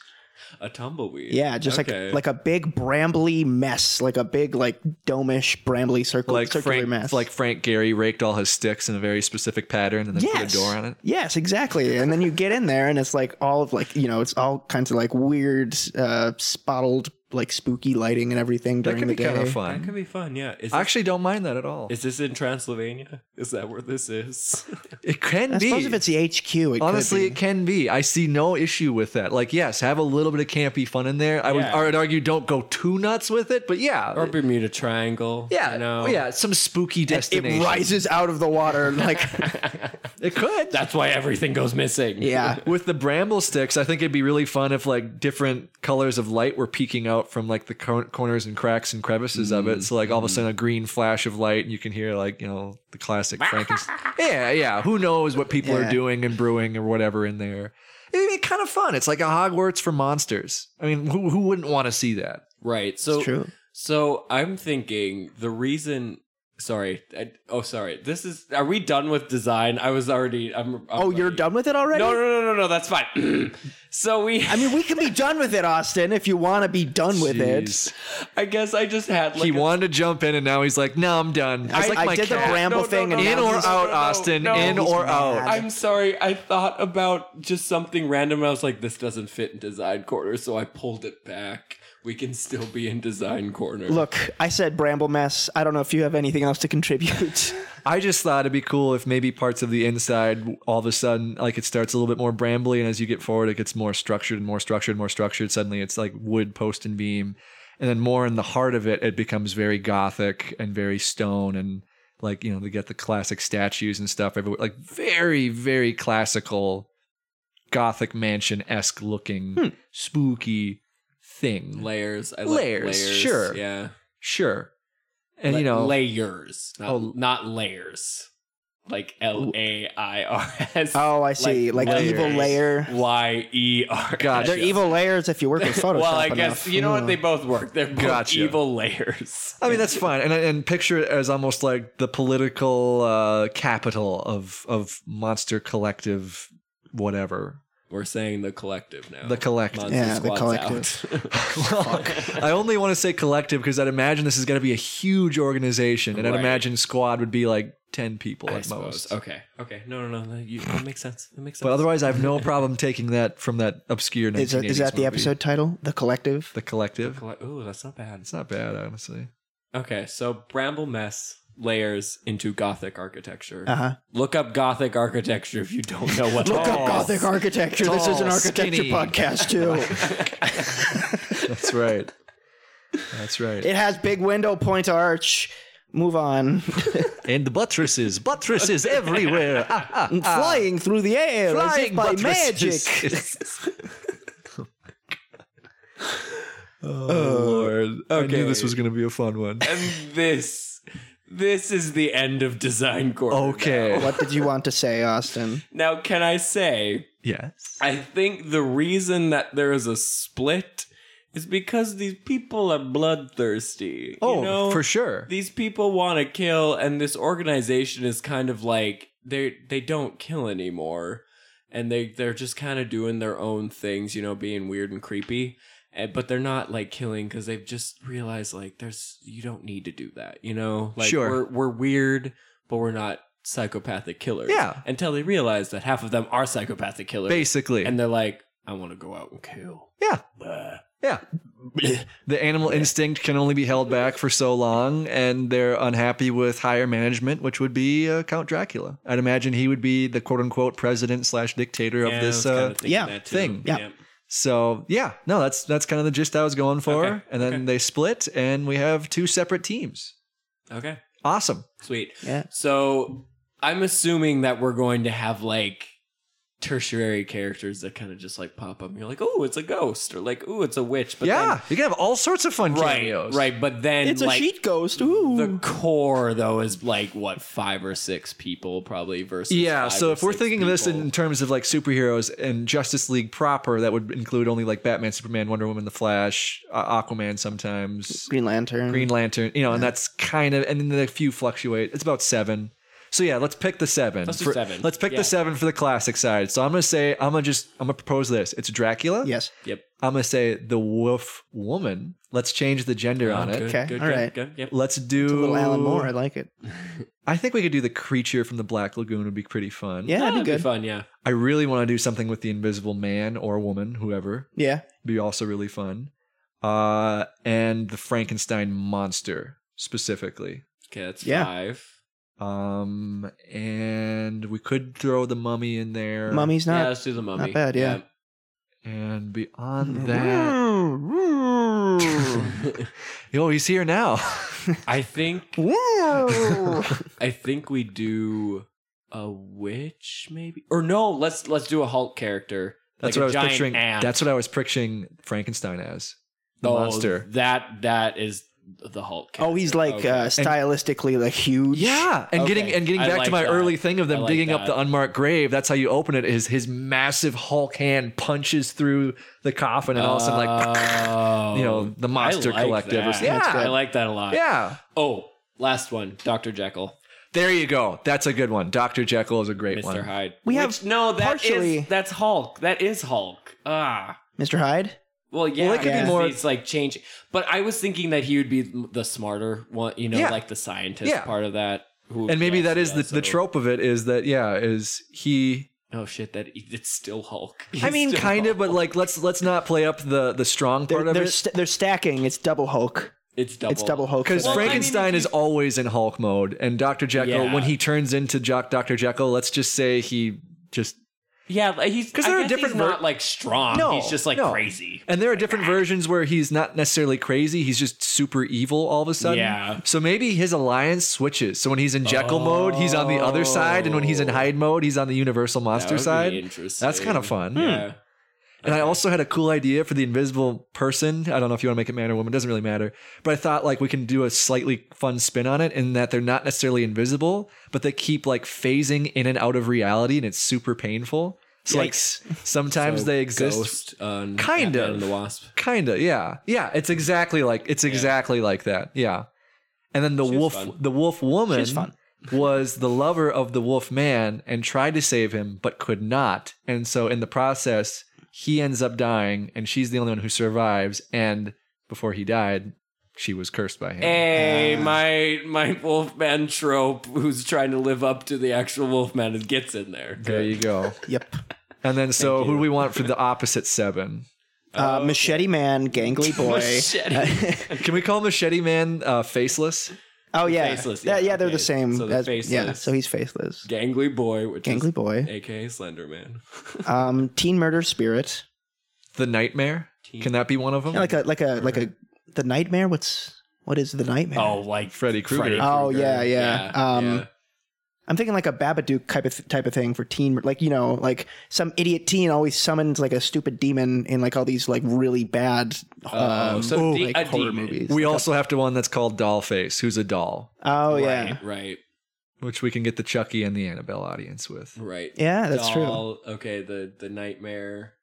C: a tumbleweed.
B: Yeah, just
C: Okay.
B: like like a big brambly mess, like a big like domish brambly circle,
A: Like
B: circular
A: Frank,
B: mess,
A: like Frank Gary raked all his sticks in a very specific pattern and then put a door on it.
B: Yes, exactly. And then you get in there, and it's like all of like you know, it's all kinds of like weird, uh, spottled, like spooky lighting and everything
A: That
B: during
A: could
B: the
A: be
B: day.
A: kind of
C: that could
A: fun.
C: be fun. Yeah. Is this,
A: I actually don't mind that at all.
C: is this in Transylvania? Is that where this is?
A: It can
B: I
A: be.
B: suppose if it's the HQ, it could
A: Honestly,
B: be.
A: it can be. I see no issue with that. Like, yes, have a little bit of campy fun in there. I would,
C: Yeah.
A: I would argue, don't go too nuts with it, but yeah,
C: or Bermuda Triangle?
A: yeah,
C: No.
A: yeah, some spooky destination.
B: it rises out of the water, and like
A: It could.
C: That's why everything goes missing.
B: yeah,
A: with the bramble sticks, I think it'd be really fun if like different colors of light were peeking out from like the cor- corners and cracks and crevices of it. So like
C: Mm-hmm.
A: all of a sudden a green flash of light, and you can hear like you know the classic Frankenstein. yeah, yeah. Who knows what people
B: Yeah.
A: are doing and brewing or whatever in there. It'd be kind of fun. It's like a Hogwarts for monsters. I mean, who who wouldn't want to see that?
C: Right. So
B: it's true.
C: So I'm thinking the reason. Sorry. I, oh, sorry. This is. Are we done with design? I was already. I'm. I'm
B: Oh, you're
C: already-
B: done with it already?
C: No, no, no, no, no. That's fine. so we.
B: I mean, we can be done with it, Austin, if you want to be done with it.
A: Jeez.
C: I guess I just had like.
A: he
C: a-
A: wanted to jump in, and now he's like, "No, I'm done." It's
B: I,
A: like
B: I
A: my
B: did
A: cat.
B: the bramble
C: No, no,
B: thing,
C: no,
B: and
A: in
B: now
A: or
B: he's-
A: out,
C: no,
A: Austin.
C: no.
A: in
C: He's
A: or
B: mad.
A: out.
C: I'm sorry. I thought about just something random. I was like, this doesn't fit in design corner, so I pulled it back. We can still be in design corner.
B: Look, I said bramble mess. I don't know if you have anything else to contribute.
A: I just thought it'd be cool if maybe parts of the inside all of a sudden like it starts a little bit more brambly and as you get forward it gets more structured and more structured and more structured. Suddenly it's like wood post and beam. And then more in the heart of it it becomes very gothic and very stone and like, you know, they get the classic statues and stuff everywhere. Like very, very classical gothic mansion esque looking spooky thing. Like
C: Layers. I
A: Layers,
C: Like layers.
A: sure.
C: Yeah.
A: sure. And
C: La-
A: you know
C: layers, not,
A: Oh.
C: not layers, like L A I R S.
B: Oh, I see. Like, evil layer.
C: Y E R.
A: Gotcha.
B: They're evil layers if you work with Photoshop.
C: Well, I
B: enough. Hmm.
C: guess you know what they both work. They're both
A: Gotcha.
C: evil layers.
A: I mean that's fine, and and picture it as almost like the political uh, capital of of monster collective, whatever.
C: We're saying the collective now.
A: The collective.
C: Monster
B: Yeah, the
C: Squad's
B: collective.
C: out.
A: I only want to say collective because I'd imagine this is going to be a huge organization, and I'd
C: Right.
A: imagine squad would be like ten people
C: I
A: at most.
C: suppose. Okay. Okay. No, no, no. You, that makes sense. That makes sense.
A: But otherwise, I have no problem taking that from that obscure.
B: Is, that-
A: 1980s
B: is that the
A: movie.
B: episode title? The Collective?
A: The collective.
C: Colle- Ooh, that's not bad.
A: It's not bad, honestly.
C: Okay, so Bramble Mess layers into Gothic architecture.
B: Uh huh.
C: Look up Gothic architecture if you don't know what.
B: Look
C: that
B: up
C: is.
B: Gothic architecture. this is an
A: Tall,
B: architecture
A: skinny.
B: podcast, too.
A: That's right. That's right.
B: it has big window point arch. Move on.
A: And the buttresses, buttresses everywhere. Ah, ah, ah.
B: Flying through the air as if
A: Flying
B: by magic.
A: buttresses. oh, Lord. I
C: Uh, Okay.
A: knew this was going to be a fun one.
C: And this, this is the end of Design Corner.
A: Okay.
B: What did you want to say, Austin?
C: Now, now can I say
A: Yes.
C: I think the reason that there is a split is because these people are bloodthirsty. you
A: Oh,
C: know?
A: for sure.
C: These people want to kill, and this organization is kind of like they they don't kill anymore, and they they're just kind of doing their own things, you know, being weird and creepy. And, but they're not like killing because they've just realized like there's you don't need to do that, you know. Like
A: Sure.
C: we're we're weird, but we're not psychopathic killers.
A: Yeah.
C: Until they realize that half of them are psychopathic killers
A: Basically.
C: and they're like, I want to go out and kill.
A: yeah.
C: Blah.
A: Yeah. the animal instinct can only be held back for so long, and they're unhappy with higher management, which would be uh, Count Dracula. I'd imagine he would be the quote unquote president slash dictator of
C: Yeah, I
A: this.
C: was kinda
A: Uh,
C: thinking
B: yeah,
C: that too.
A: thing.
B: Yeah.
A: so, yeah, no, that's that's kind of the gist I was going for.
C: Okay,
A: And then
C: okay.
A: they split, and we have two separate teams.
C: Okay.
A: Awesome.
C: Sweet.
B: Yeah.
C: So I'm assuming that we're going to have like tertiary characters that kind of just like pop up. And you're like, oh, it's a ghost, or like, oh, it's a witch. But
A: yeah, you can have all sorts of fun
C: Then, right.
A: cameos.
C: Right. But then
B: it's a
C: like
B: sheet ghost. Ooh.
C: the core though is like what five or six people probably versus.
A: Yeah,
C: five
A: so
C: or
A: if we're
C: six
A: thinking of this
C: people.
A: in terms of like superheroes and Justice League proper, that would include only like Batman, Superman, Wonder Woman, The Flash, uh, Aquaman, sometimes
B: Green Lantern.
A: Green Lantern, you know, and that's kind of, and then the few fluctuate. It's about seven. So yeah, let's pick the 7
C: Let's do
A: for-
C: seven.
A: Let's pick
C: Yeah.
A: the seven for the classic side. So I'm gonna say I'm gonna just I'm gonna propose this. It's Dracula.
B: Yes.
C: Yep.
A: I'm gonna say the Wolf Woman. Let's change the gender on it.
C: Oh, Good,
B: Okay,
C: Good,
B: all
C: good,
B: right.
C: good, Yep.
A: Let's do
B: A little Alan Moore. I like it.
A: I think we could do the creature from the Black Lagoon. Would be pretty fun.
B: Yeah,
C: That'd
B: that'd be
C: be
B: good.
C: fun. Yeah.
A: I really want to do something with the Invisible Man or Woman, whoever.
B: Yeah.
A: Be also really fun. Uh, and the Frankenstein monster specifically.
C: Okay. That's
B: Yeah.
C: five.
A: Um, and we could throw the mummy in there.
B: Mummy's
C: yeah,
B: not.
C: let's do the mummy.
B: not bad, yeah.
A: And beyond that, yo, he's here now.
C: I think
B: Woo.
C: I think we do a witch, maybe, or no? Let's let's do a Hulk character.
A: That's what
C: like
A: I
C: a
A: was
C: giant
A: picturing.
C: Ant.
A: That's what I was picturing Frankenstein as the
C: Oh,
A: monster.
C: That that is the Hulk. Character.
B: oh, he's like uh,
C: Okay.
B: stylistically like huge.
A: Yeah, and
C: Okay,
A: getting and getting
C: I
A: back
C: like
A: to my
C: that.
A: early thing of
C: I
A: them
C: like
A: digging
C: that.
A: up the unmarked grave. That's how you open it. Is his massive Hulk hand punches through the coffin, and all of a sudden, like,
C: Oh.
A: you know, the monster
C: I like
A: collective. Or
C: That.
A: something. yeah,
C: I like that a lot.
A: yeah.
C: Oh, last one, Doctor Jekyll,
A: There you go. That's a good one. Doctor Jekyll is a great
C: Mister
A: one.
C: Hyde.
B: We have
C: Which- no. That is-
B: partially-
C: that's Hulk. That is Hulk. Ah.
B: Mr. Hyde?
C: Well, yeah,
A: Well, it could be
C: because
A: more-
C: It's like changing, but I was thinking that he would be the smarter one, you know,
A: Yeah.
C: like the scientist
A: Yeah.
C: part of that. Who
A: And maybe
C: yes,
A: that is
C: yeah,
A: the, the
C: so-
A: trope of it is that yeah is he
C: Oh shit, that it's still Hulk.
A: I mean kind of but like let's let's not play up the the strong
B: They're,
A: part of
B: they're,
A: it
B: st- they're stacking. It's double Hulk.
C: it's double.
B: It's double Hulk.
A: because
B: for them.
C: Frank-
A: Frankenstein
C: I mean, if
A: is always in Hulk mode and Doctor Jekyll
C: Yeah.
A: when he turns into Jock Doctor Jekyll let's just say he just
C: Yeah, like he's
A: 'Cause
C: I
A: there are
C: guess
A: different
C: He's
A: ver-
C: not like strong.
A: No,
C: he's just like
A: no.
C: crazy.
A: and there are different versions where he's not necessarily crazy he's just super evil all of a sudden
C: Yeah.
A: so maybe his alliance switches so when he's in Jekyll mode he's on the other side and when he's in
C: Oh.
A: Hyde mode he's on the Universal
C: That would
A: Monster
C: be
A: side
C: interesting. Hmm.
A: That's kind of fun.
C: Yeah.
A: And I also had a cool idea for the invisible person. I don't know if you want to make it man or woman, doesn't really matter. But I thought like we can do a slightly fun spin on it in that they're not necessarily invisible, but they keep like phasing in and out of reality and it's super painful. So like s- sometimes
C: So
A: they exist.
C: Ghost, um,
A: Kind
C: Batman
A: of.
C: and the Wasp.
A: Kinda, yeah. Yeah, it's exactly like it's exactly like that. Yeah. And then the
C: She was
A: wolf
C: fun.
A: the wolf woman
B: She's fun.
A: was the lover of the wolf man and tried to save him but could not. And so in the process, he ends up dying and she's the only one who survives. And before he died, she was cursed by him.
C: Hey,
B: Uh.
C: my my Wolfman trope, who's trying to live up to the actual Wolfman, and gets in there.
A: there you go.
B: Yep.
A: And then so who do we want for the opposite seven?
B: Uh, Machete Man, Gangly Boy.
C: Machete.
A: Can we call Machete Man uh, faceless?
B: oh yeah.
C: Faceless,
B: yeah,
C: yeah,
B: yeah, they're
C: okay.
B: the same.
C: So they're
B: as- Yeah,
C: faceless.
B: so he's faceless.
C: Gangly boy, which
B: Gangly
C: is
B: Boy.
C: aka Slenderman.
B: Um, Teen Murder Spirit.
A: The Nightmare? Can that be one of them?
B: Yeah, like a like a like a the nightmare. What's what is the nightmare?
C: Oh, like
A: Freddy Krueger.
B: Oh, yeah, yeah. Um,
C: yeah.
B: I'm thinking like a Babadook type of type of thing for teen, like you know, like some idiot teen always summons like a stupid demon in like all these like really bad,
C: Oh,
B: um,
C: so de-
B: like
C: a
B: horror
C: demon.
B: movies.
A: we also have to one that's called Dollface, who's a doll,
B: oh
C: right,
B: yeah,
C: right,
A: which we can get the Chucky and the Annabelle audience with.
C: right.
B: yeah, that's true.
C: Doll, Okay, the the nightmare,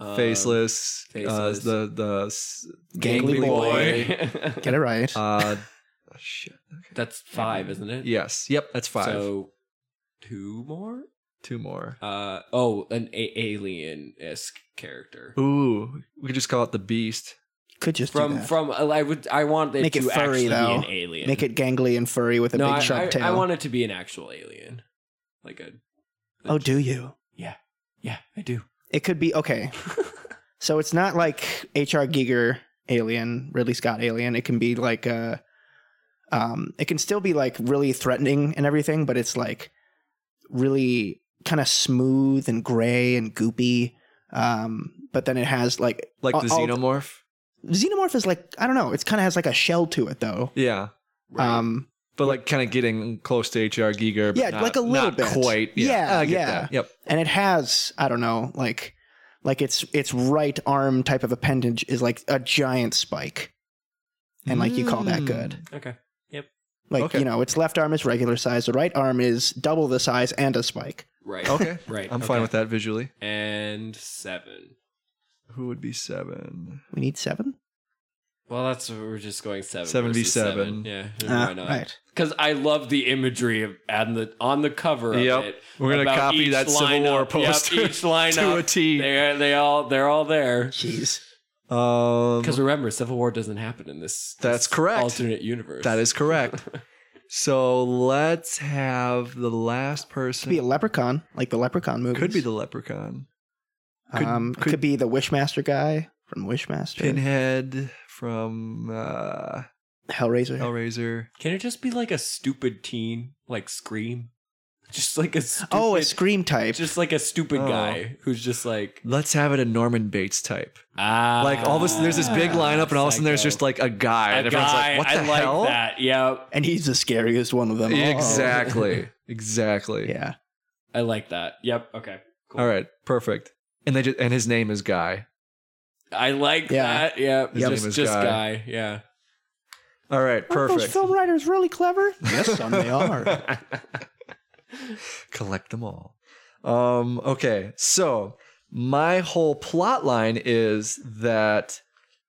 B: Uh,
C: um,
A: Faceless,
C: Faceless.
A: Uh, the the s-
B: Gangly Get it right.
A: uh, shit.
C: That's five, isn't it?
A: Yes. Yep. That's five.
C: So two more.
A: Two more.
C: Uh oh, an a- alien esque character
A: Ooh, we could just call it the Beast.
B: Could just do
C: from
B: that.
C: from. uh, I would. I want it
B: Make it
C: to
B: furry,
C: actually
B: though.
C: be an alien.
B: make it gangly and furry with a
C: no,
B: big
C: I,
B: sharp
C: I,
B: tail.
C: I want it to be an actual alien, like a.
B: oh, do you?
C: yeah, I do.
B: It could be okay. so it's not like H.R. Giger alien, Ridley Scott alien. It can be like uh um it can still be like really threatening and everything, but it's like really kind of smooth and gray and goopy. Um but then it has like
A: Like the
B: Uh, all- all-
A: Xenomorph.
B: Xenomorph is like I don't know, it's kind of has like a shell to it though.
A: Yeah.
B: Um
A: But like kind of getting close to H.R. Giger. but
B: Yeah,
A: not-
B: like a little
A: not
B: bit.
A: Quite. Yeah.
B: Yeah,
A: I get
B: yeah.
A: that. Yep.
B: and it has I don't know, like like its its right arm type of appendage is like a giant spike. And like you call that
A: Mm.
B: good.
C: Okay.
B: Like
A: Okay.
B: you know, its left arm is regular size, the right arm is double the size and a spike.
C: Right.
A: Okay.
C: Right.
A: I'm fine
C: okay.
A: with that visually.
C: And seven.
A: Who would be seven?
B: We need seven.
C: Well, that's we're just going seven.
A: Seven v
C: versus
A: seven.
C: Yeah.
B: Ah,
C: why not?
B: right.
C: Because I love the imagery of on the on the cover.
A: Yep.
C: Of it,
A: We're gonna
C: about
A: copy
C: each
A: that Civil
C: lineup.
A: War
C: Yep,
A: poster
C: each lineup
A: to a T.
C: They they all they're all there.
B: Jeez.
A: Um,
C: Because remember, Civil War doesn't happen in this.
A: That's
C: this
A: correct.
C: Alternate universe.
A: that is correct. so let's have the last
B: Could
A: person.
B: be a leprechaun, like the leprechaun movie.
A: Hmm. could be the leprechaun.
B: could, um,
A: could-
B: could, could be the Wishmaster guy from Wishmaster.
A: Pinhead from uh,
B: Hellraiser.
A: Oh, Hellraiser.
C: Can it just be like a stupid teen, like Scream? Just like a stupid,
B: oh, a scream type.
C: just like a stupid
A: Oh.
C: guy who's just like
A: Let's have it a Norman Bates type.
C: ah.
A: Like all of a sudden there's this big lineup, and all of a sudden there's
C: psycho.
A: just like a guy, and
C: a
A: everyone's
C: guy.
A: like, "What the
C: I
A: hell?"
C: like that. Yeah,
B: and he's the scariest one of them. all.
A: Exactly. exactly.
B: Oh. Yeah.
C: I like that. Yep. Okay. Cool.
A: All right. Perfect. And they just, and his name is Guy.
C: I like
B: Yeah.
C: that. Yeah.
A: His name
C: Just,
A: is
C: just
A: Guy.
C: guy. Yeah.
A: All right.
B: those
A: Perfect.
B: film writers really clever? yes, some they are.
A: collect them all. Um, okay, so my whole plot line is that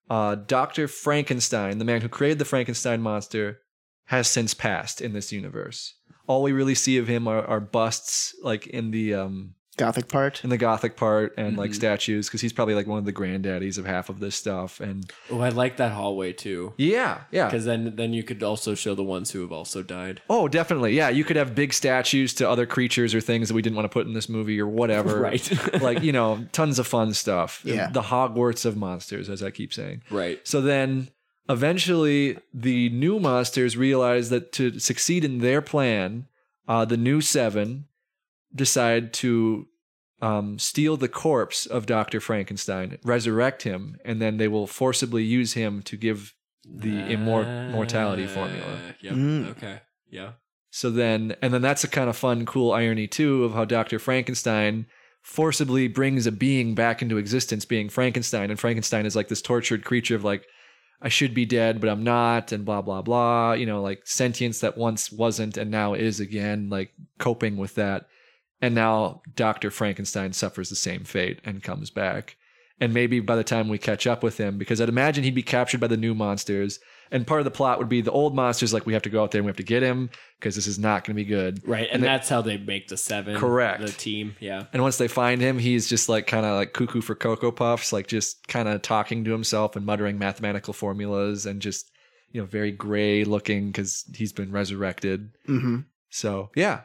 A: uh, Dr. Frankenstein, the man who created the Frankenstein monster, has since passed in this universe. All we really see of him are, are busts, like in the um,
B: Gothic part.
A: in the Gothic part, and like
B: Mm-hmm.
C: Mhm.
A: statues, because he's probably like one of the granddaddies of half of this stuff. And
C: Oh, I like that hallway too.
A: yeah, yeah,
C: Because then, then you could also show the ones who have also died.
A: Oh, definitely. Yeah, you could have big statues to other creatures or things that we didn't want to put in this movie or whatever.
C: Right.
A: like, you know, tons of fun stuff.
B: Yeah.
A: The Hogwarts of monsters, as I keep saying.
C: Right.
A: So then eventually the new monsters realize that to succeed in their plan, uh, the new seven decide to um, steal the corpse of Dr. Frankenstein, resurrect him, and then they will forcibly use him to give the immor- mortality formula.
C: Ah, Yep.
B: Mm.
C: Okay. Yeah.
A: So then, and then that's a kind of fun, cool irony too of how Dr. Frankenstein forcibly brings a being back into existence, being Frankenstein. And Frankenstein is like this tortured creature of like, I should be dead, but I'm not, and blah, blah, blah. You know, like sentience that once wasn't and now is again, like coping with that. And now Dr. Frankenstein suffers the same fate and comes back. And maybe by the time we catch up with him, because I'd imagine he'd be captured by the new monsters And part of the plot would be the old monster's like, we have to go out there and we have to get him because this is not going to be good.
C: Right, and, that's how they make the seven.
A: Correct.
C: The team, yeah.
A: And once they find him, he's just like kind of like cuckoo for Cocoa Puffs, like just kind of talking to himself and muttering mathematical formulas and just, you know, very gray looking because he's been resurrected.
B: hmm
A: So, yeah.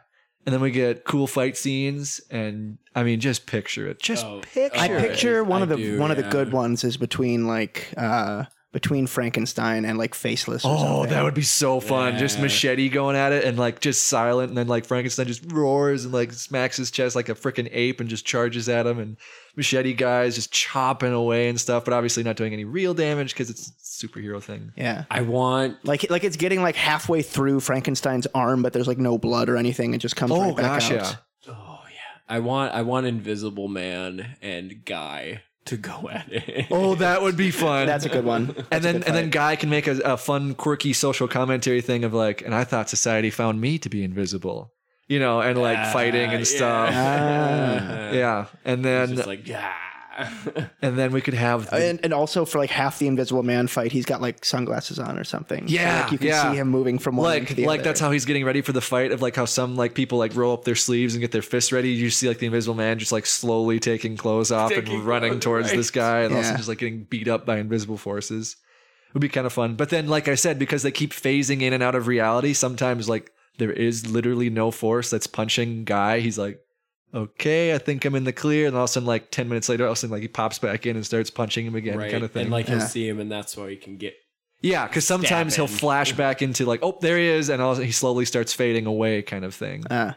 A: And then we get cool fight scenes. And I mean, just picture it. Just
C: Oh,
A: picture
B: I
C: Sure.
A: it.
B: picture one
C: I
B: of the
C: do,
B: one of the
C: yeah.
B: good ones is between like uh between Frankenstein and like Faceless. Or
A: Oh,
B: something.
A: that would be so fun. Just
C: Yeah.
A: machete going at it and like just silent. And then like Frankenstein just roars and like smacks his chest like a freaking ape and just charges at him. And machete guys just chopping away and stuff, but obviously not doing any real damage because it's a superhero thing.
B: yeah.
C: I want
B: Like like it's getting like halfway through Frankenstein's arm, but there's like no blood or anything. It just comes
A: Oh,
B: right back
A: gosh,
B: out.
A: yeah.
C: Oh yeah. I want I want Invisible Man and Guy to go at it.
A: Oh, that would be fun.
B: That's a good one.
A: and
B: That's a
A: then
B: good
A: and then
B: fight.
A: guy can make a, a fun quirky social commentary thing of like and i thought society found me to be invisible you know and like
C: Ah,
A: fighting and stuff
B: Ah.
A: yeah, and
C: It's
A: then
C: just like yeah.
A: and then we could have the,
B: And, and also for like half the Invisible Man fight, he's got like sunglasses on or something. So,
A: Yeah,
B: like you can
A: yeah.
B: see him moving from one end
A: like
B: to the
A: like
B: other.
A: that's how he's getting ready for the fight of like how some like people like roll up their sleeves and get their fists ready you see like the invisible man just like slowly taking clothes off
C: Taking
A: and running
C: clothes,
A: towards
C: right.
A: this guy and also
B: Yeah.
A: just like getting beat up by invisible forces it would be kind of fun but then like i said because they keep phasing in and out of reality sometimes like there is literally no force that's punching guy he's like okay i think i'm in the clear and all of a sudden like 10 minutes later all of a sudden like he pops back in and starts punching him again
C: right.
A: kind of thing
C: And like he'll
B: Yeah.
C: see him and that's why he can get
A: yeah, because sometimes he'll
C: Stabbing.
A: flash back into like, oh, there he is, and all, he slowly starts fading away, kind of thing.
B: Ah.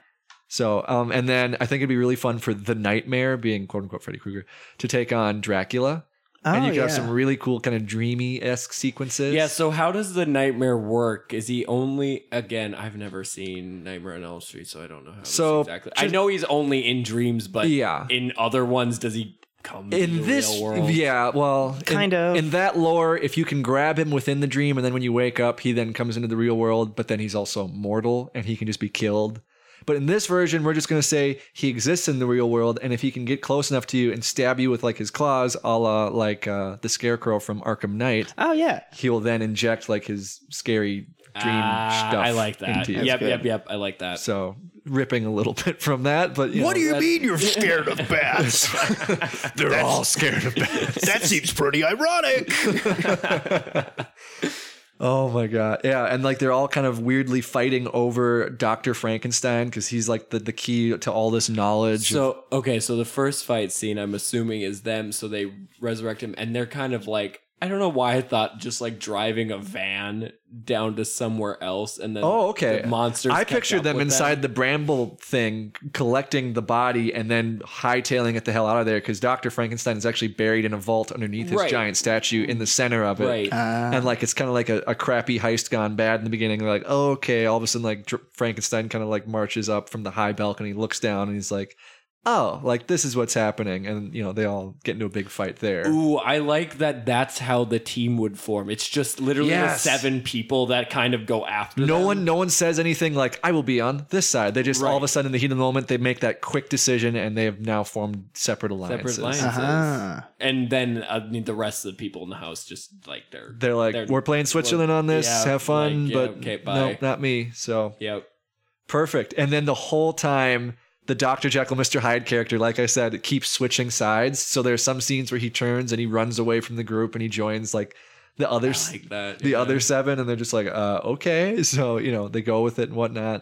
A: So, um, and then I think it'd be really fun for the Nightmare, being quote unquote Freddy Krueger, to take on Dracula,
B: oh,
A: and you could
B: yeah.
A: have some really cool kind of dreamy esque sequences.
C: Yeah, so how does the nightmare work? Is he only again, I've never seen Nightmare on Elm Street, so I don't know how this
A: So,
C: exactly. I know he's only in dreams, but
A: yeah.
C: in other ones does he come to
A: In
C: the
A: this,
C: real world?
A: yeah, well, in-
B: Kind of.
A: In that lore, if you can grab him within the dream, and then when you wake up, he then comes into the real world, but then he's also mortal, and he can just be killed. But in this version, we're just going to say he exists in the real world, and if he can get close enough to you and stab you with like his claws, a la like uh, the Scarecrow from Arkham Knight,
B: Oh yeah.
A: he will then inject like his scary dream
C: Ah,
A: stuff.
C: I like that.
A: into you.
C: Yep,
B: good.
C: yep, yep. I like that.
A: So ripping a little bit from that, but you know, that-
D: mean you're scared of bats? They're all scared of bats.
B: That seems pretty ironic.
A: Oh my god. Yeah, and like they're all kind of weirdly fighting over Dr. Frankenstein cuz he's like the, the key to all this knowledge.
C: So okay, so the first fight scene I'm assuming is them, so they resurrect him and they're kind of like I don't know why I thought just like driving a van down to somewhere else and then
A: oh, okay.
C: the monsters
A: I
C: catch
A: pictured
C: up
A: them
C: with
A: inside the bramble thing collecting the body and then hightailing it the hell out of there cuz Dr. Frankenstein is actually buried in a vault underneath his
C: Right.
A: giant statue in the center of it.
C: Right.
B: Uh,
A: and like it's kind of like a, a crappy heist gone bad in the beginning like oh, okay all of a sudden like Dr- frankenstein kind of like marches up from the high balcony looks down and he's like oh like this is what's happening and you know they all get into a big fight there
C: Ooh, I like that. That's how the team would form. It's just literally the
A: Yes.
C: seven people that kind of go after.
A: no
C: them.
A: one no one says anything like i will be on this side they just all of a
C: Right.
A: sudden in the heat of the moment they make that quick decision and they have now formed separate alliances
C: separate alliances,
B: Uh-huh.
C: and then uh, I mean the rest of the people in the house just like they're
A: they're like
C: They're-
A: we're playing switzerland on this
C: yeah,
A: have fun
C: like, yeah,
A: but
C: okay, bye.
A: nope, not me so
C: yep.
A: Perfect. And then the whole time, the Dr. Jekyll, Mr. Hyde character, like I said, keeps switching sides. So there's some scenes where he turns and he runs away from the group and he joins like the other,
C: I like that.
A: the
C: yeah.
A: other seven, and they're just like, uh, okay. So you know they go with it and whatnot.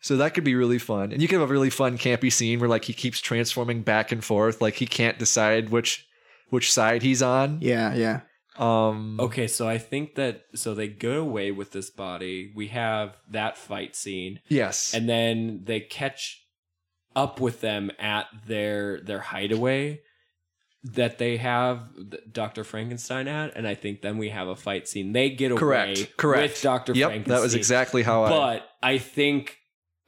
A: So that could be really fun, and you could have a really fun campy scene where like he keeps transforming back and forth, like he can't decide which which side he's on.
B: Yeah, yeah.
A: Um,
C: Okay, so I think that so they go away with this body. We have that fight scene,
A: Yes.
C: and then they catch up with them at their their hideaway that they have th- Dr. Frankenstein at, and I think then we have a fight scene. They get away
A: correct. Correct.
C: with Dr.
A: Yep.
C: Frankenstein.
A: That was exactly how I.
C: But I think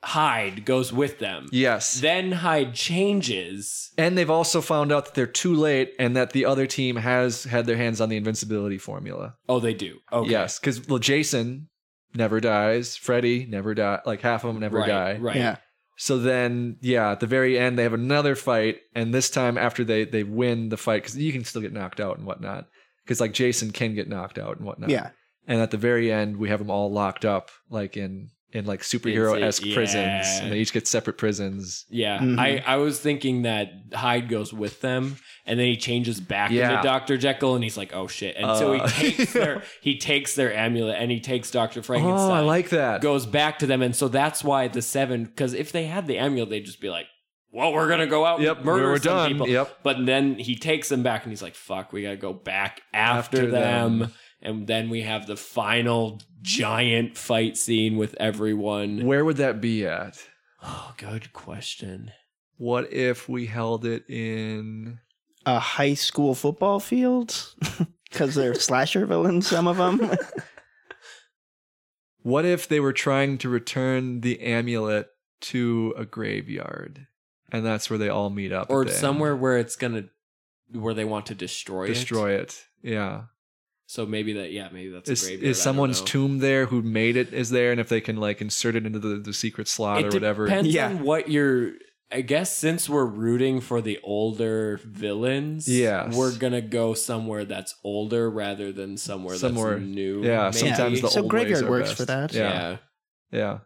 C: Hyde goes with them.
A: Yes.
C: Then Hyde changes.
A: And they've also found out that they're too late and that the other team has had their hands on the invincibility formula.
C: Oh, they do. Okay.
A: Yes, because well, Jason never dies, Freddy never die, like half of them never
C: right,
A: die.
C: Right.
B: Yeah.
A: So then, yeah, at the very end, they have another fight, and this time after they they win the fight, because you can still get knocked out and whatnot, because like Jason can get knocked out and whatnot.
B: Yeah.
E: and at the very end we have them all locked up like in in like superhero esque
C: Insane.
E: prisons,
C: Yeah.
E: and they each get separate prisons.
C: Yeah,
E: Mm-hmm.
B: Mhm.
C: I, I was thinking that Hyde goes with them, and then he changes back
E: Yeah.
C: into Doctor Jekyll, and he's like, "Oh shit!" And so
E: Uh,
C: he takes their he takes their amulet, and he takes Doctor Frankenstein.
E: Oh, I like that.
C: goes back to them, and so that's why the seven. Because if they had the amulet, they'd just be like, "Well, we're gonna go out
E: Yep,
C: and murder
E: we're
C: some
E: done.
C: people."
E: Yep.
C: But then he takes them back, and he's like, "Fuck, we gotta go back after,
E: After
C: them.
E: them.
C: And then we have the final giant fight scene with everyone.
E: Where would that be at?
C: Oh, good question.
E: What if we held it in?
B: a high school football field because they're slasher villains. Some of them.
A: What if they were trying to return the amulet to a graveyard? And that's where they all meet up. at
C: or
A: the end.
C: somewhere where it's gonna where they want to destroy, it.
A: Destroy it. Yeah.
C: So maybe that yeah, maybe that's
A: Is,
C: a graveyard.
A: is
C: I don't
A: someone's
C: know.
A: tomb there who made it is there? And if they can like insert it into the, the secret slot
C: it
A: or whatever.
C: Depends
B: Yeah.
C: on what you're. I guess since we're rooting for the older villains,
A: Yes.
C: we're gonna go somewhere that's older rather than somewhere,
A: Somewhere-
C: that's new.
A: yeah,
C: maybe.
A: sometimes the
B: So
A: old ways
B: graveyard
A: are
B: works
A: best.
B: for that.
A: Yeah, yeah,
C: yeah.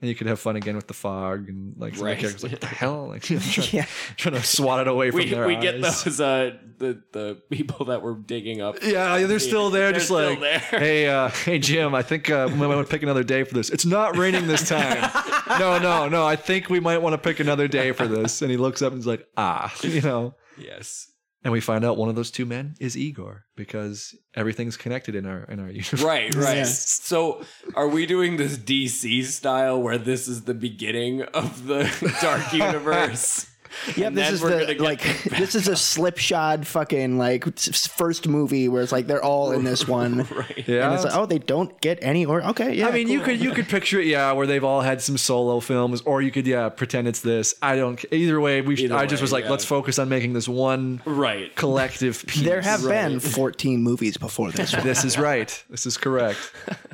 A: And you could have fun again with the fog and like some of
C: Right.
A: the characters like what the hell like trying,
B: yeah,
A: trying to swat it away from
C: We,
A: their
C: we
A: eyes.
C: get those uh the the people that were digging up.
A: Yeah, they're still there,
C: They're
A: just
C: still
A: like
C: there.
A: hey, uh, hey, Jim, I think uh, we might want to pick another day for this. It's not raining this time. No, no, no. I think we might want to pick another day for this. And he looks up and he's like, ah, you know.
C: yes.
A: And we find out one of those two men is Igor because everything's connected in our in our universe.
C: Right, right.
B: Yeah.
C: So, are we doing this DC style where this is the beginning of the Dark Universe?
B: yep.
C: And
B: This
C: then
B: is
C: we're gonna
B: the
C: get
B: like. This is a slipshod fucking like s- s- first movie where it's like they're all in this one.
C: right.
B: And it's like, oh, they don't get any or okay, yeah.
A: I mean, you
B: cool.
A: could you could picture it, yeah, where they've all had some solo films, or you could, yeah, pretend it's this. I don't. ca- Either way, we. Should,
C: Either
A: I just
C: way,
A: was like,
C: yeah.
A: let's focus on making this one
C: Right.
A: collective piece.
B: There have been 14 movies before this one.
A: this is right. This is correct.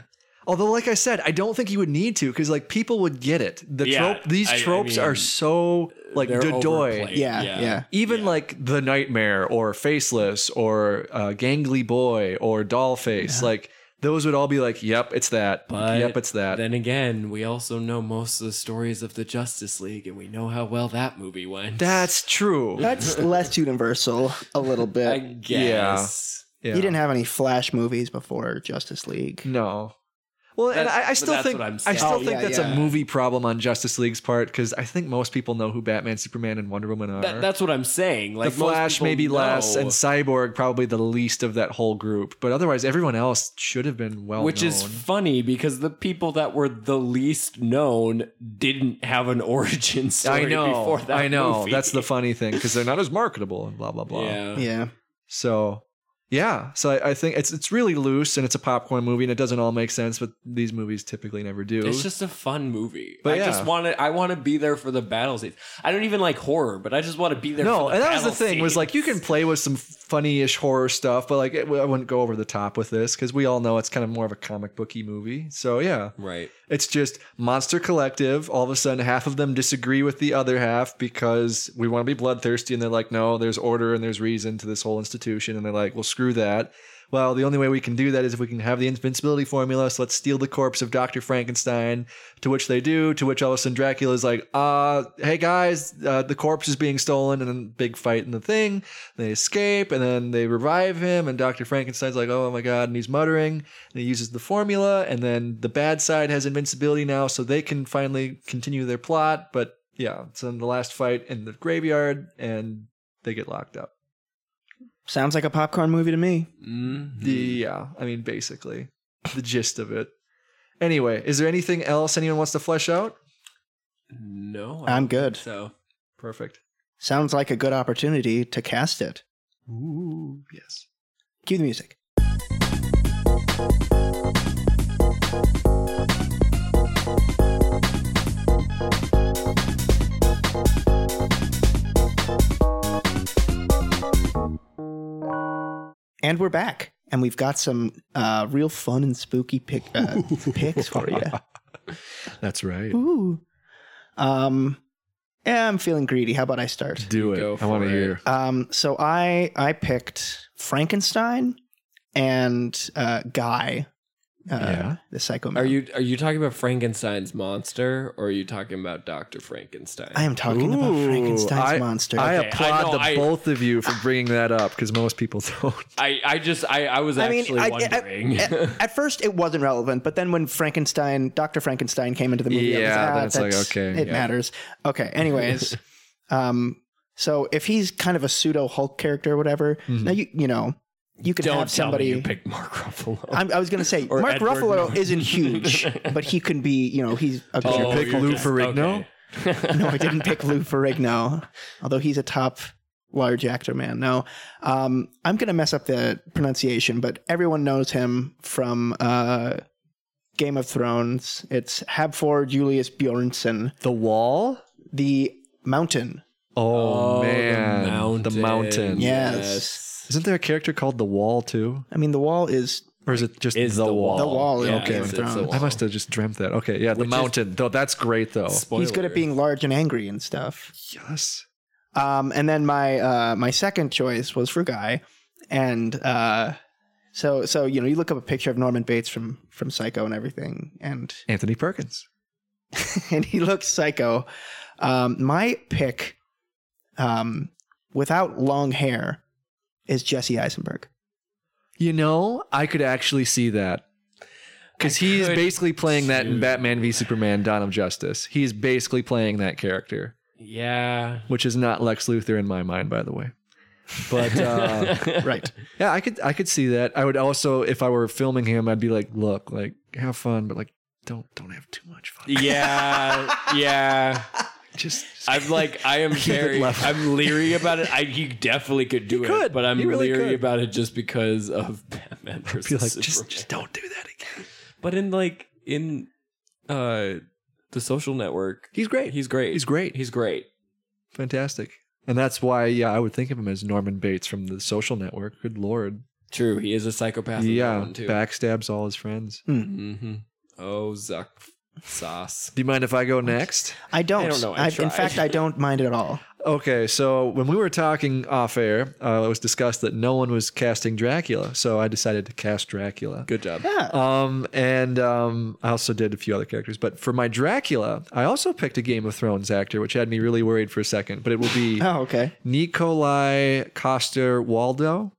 A: Although, like I said, I don't think you would need to because like people would get it. The
C: Yeah,
A: trope, these
C: I- I
A: tropes
C: mean,
A: are so like
C: They're
A: dodoy.
C: overplayed.
B: Yeah, yeah.
A: Even like the nightmare or faceless or uh, gangly boy or doll face, like those would all be like, yep, it's that.
C: But
A: yep, it's that.
C: Then again, we also know most of the stories of the Justice League, and we know how well that movie went.
A: That's true.
B: That's less universal a little bit.
C: I guess.
A: yeah.
B: You didn't have any Flash movies before Justice League.
A: No. Well, and
C: That's-
A: I, I
C: but
A: still
C: that's
A: think
C: what I'm
A: I
C: saying.
A: still
B: Oh,
A: think
B: yeah,
A: that's
B: yeah.
A: a movie problem on Justice League's part because I think most people know who Batman, Superman, and Wonder Woman are.
C: That, that's what I'm saying. Like
A: the Flash maybe less, and Cyborg probably the least of that whole group. But otherwise, everyone else should have been well
C: which is
A: known.
C: funny because the people that were the least known didn't have an origin story
A: I know,
C: before that.
A: I know.
C: movie.
A: That's the funny thing because they're not as marketable and blah blah blah.
C: Yeah.
B: Yeah.
A: So yeah, so I, I think it's it's really loose and it's a popcorn movie and it doesn't all make sense, but these movies typically never do.
C: It's just a fun movie.
A: But
C: I
A: yeah.
C: just want to. I want to be there for the battle scenes. I don't even like horror, but I just want to be there.
A: no,
C: for the
A: and that was the
C: battle
A: thing was like you can
C: scenes.
A: play with some funny-ish horror stuff, but like it, I wouldn't go over the top with this because we all know it's kind of more of a comic booky movie. So yeah,
C: right.
A: It's just monster collective. All of a sudden, half of them disagree with the other half because we want to be bloodthirsty, and they're like, "No, there's order and there's reason to this whole institution." And they're like, "Well, screw that." Well, the only way we can do that is if we can have the invincibility formula. So let's steal the corpse of Doctor Frankenstein, to which they do. To which all of a sudden, Dracula is like, "Uh, hey guys, uh, the corpse is being stolen," and then big fight in the thing. They escape, and then they revive him, and Doctor Frankenstein's like, "Oh my god!" and he's muttering and he uses the formula and then the bad side has invincibility now so they can finally continue their plot but yeah it's in the last fight in the graveyard and they get locked up
B: Sounds like a popcorn movie to me.
C: Mhm.
A: the yeah i mean basically the gist of it anyway is there anything else anyone wants to flesh out
C: no, I
B: I'm
C: don't
B: good.
C: think So
A: perfect
B: Sounds like a good opportunity to cast it.
A: ooh yes
B: Cue the music. And we're back, and we've got some uh, real fun and spooky pick, uh, picks for you.
A: that's right
B: Ooh. Um, yeah, I'm feeling greedy. How about I start?
A: do
C: Go
A: it i want
C: for
A: to
C: it.
A: hear
B: Um, so I I picked Frankenstein and uh, Guy, uh,
A: Yeah.
B: the psycho.
C: Are you are you talking about Frankenstein's monster or are you talking about Doctor Frankenstein?
B: I am talking about
A: Ooh,
B: Frankenstein's
A: I-
B: monster.
A: I
C: Okay, I
A: applaud
C: know,
A: the
C: I-
A: both of you for bringing that up because most people don't.
C: I, I just I, I was
B: I mean,
C: actually
B: I- I-
C: wondering.
B: at, at first, it wasn't relevant, but then when Frankenstein, Doctor Frankenstein, came into the movie, I was
A: Yeah,
B: like, "Ah,
A: then it's like,
B: that's-
A: okay,
B: it
A: yeah."
B: matters. Okay, anyways, um, so if he's kind of a pseudo Hulk character or whatever, now you you know you could
C: Don't
B: have
C: tell me
B: somebody.
C: you picked Mark Ruffalo.
B: I'm, I was gonna say
C: Or
B: Mark
C: Edward
B: Ruffalo
C: Norton.
B: isn't huge, but he could be. You know, he's a
C: Oh,
B: character.
A: pick
C: you're
A: Lou
C: just-
A: Ferrigno?
C: okay.
B: no, I didn't pick Lou Ferrigno, although he's a top large actor man. No, um, I'm going to mess up the pronunciation, but everyone knows him from uh, Game of Thrones. It's Habfor Julius Bjornsson,
A: The wall?
B: the mountain.
A: Oh,
C: Oh,
A: man,
C: the mountain.
B: Yeah. Yes.
A: Isn't there a character called the Wall too,
B: I mean, the wall is
A: or is it just
C: Is
A: the, wall?
B: The Wall in Game
C: it's-
B: of
C: it's The
B: Thrones.
A: I must have just dreamt that. Okay, yeah, the
C: Which is-
A: mountain. Though that's great though.
C: Spoiler.
B: he's good at being large and angry and stuff.
A: Yes.
B: Um, and then my uh, my second choice was for Guy, and uh, so so you know you look up a picture of Norman Bates from from Psycho and everything, and
A: Anthony Perkins.
B: and he looks psycho. Um, my pick, um, without long hair, is Jesse Eisenberg.
A: You know, I could actually see that. Because he's
C: could
A: basically playing that in
C: too.
A: Batman v Superman Dawn of Justice. He is basically playing that character,
C: Yeah.
A: which is not Lex Luthor in my mind, by the way. But uh,
B: Right.
A: yeah, I could I could see that. I would also, if I were filming him, I'd be like, look, like have fun, but like don't don't have too much fun.
C: yeah, yeah.
A: Just
C: I'm like, I am very,
A: level.
C: I'm leery about it. I, he definitely could do it,
A: could.
C: but I'm
A: He really
C: leery
A: could.
C: about it just because of Batman
A: be like,
C: versus Superman.
A: just just don't do that again.
C: But in like in uh the Social Network,
A: He's great.
C: he's great.
A: He's great.
C: He's great.
A: fantastic. And that's why, yeah, I would think of him as Norman Bates from the social network. Good lord.
C: True. He is a psychopath. in that
A: Yeah.
C: one, too.
A: Backstabs all his friends.
C: hmm Oh, Zuck sauce.
A: Do you mind if I go next?
B: I don't.
C: I don't know, I
B: in
C: tried.
B: fact, I don't mind it at all.
A: Okay, so when we were talking off air, uh, it was discussed that no one was casting Dracula, so I decided to cast Dracula.
C: Good job.
B: Yeah.
A: Um, and um, I also did a few other characters, but for my Dracula, I also picked a Game of Thrones actor, which had me really worried for a second. But it will be
B: oh, okay.
A: Nikolai Coster Waldo,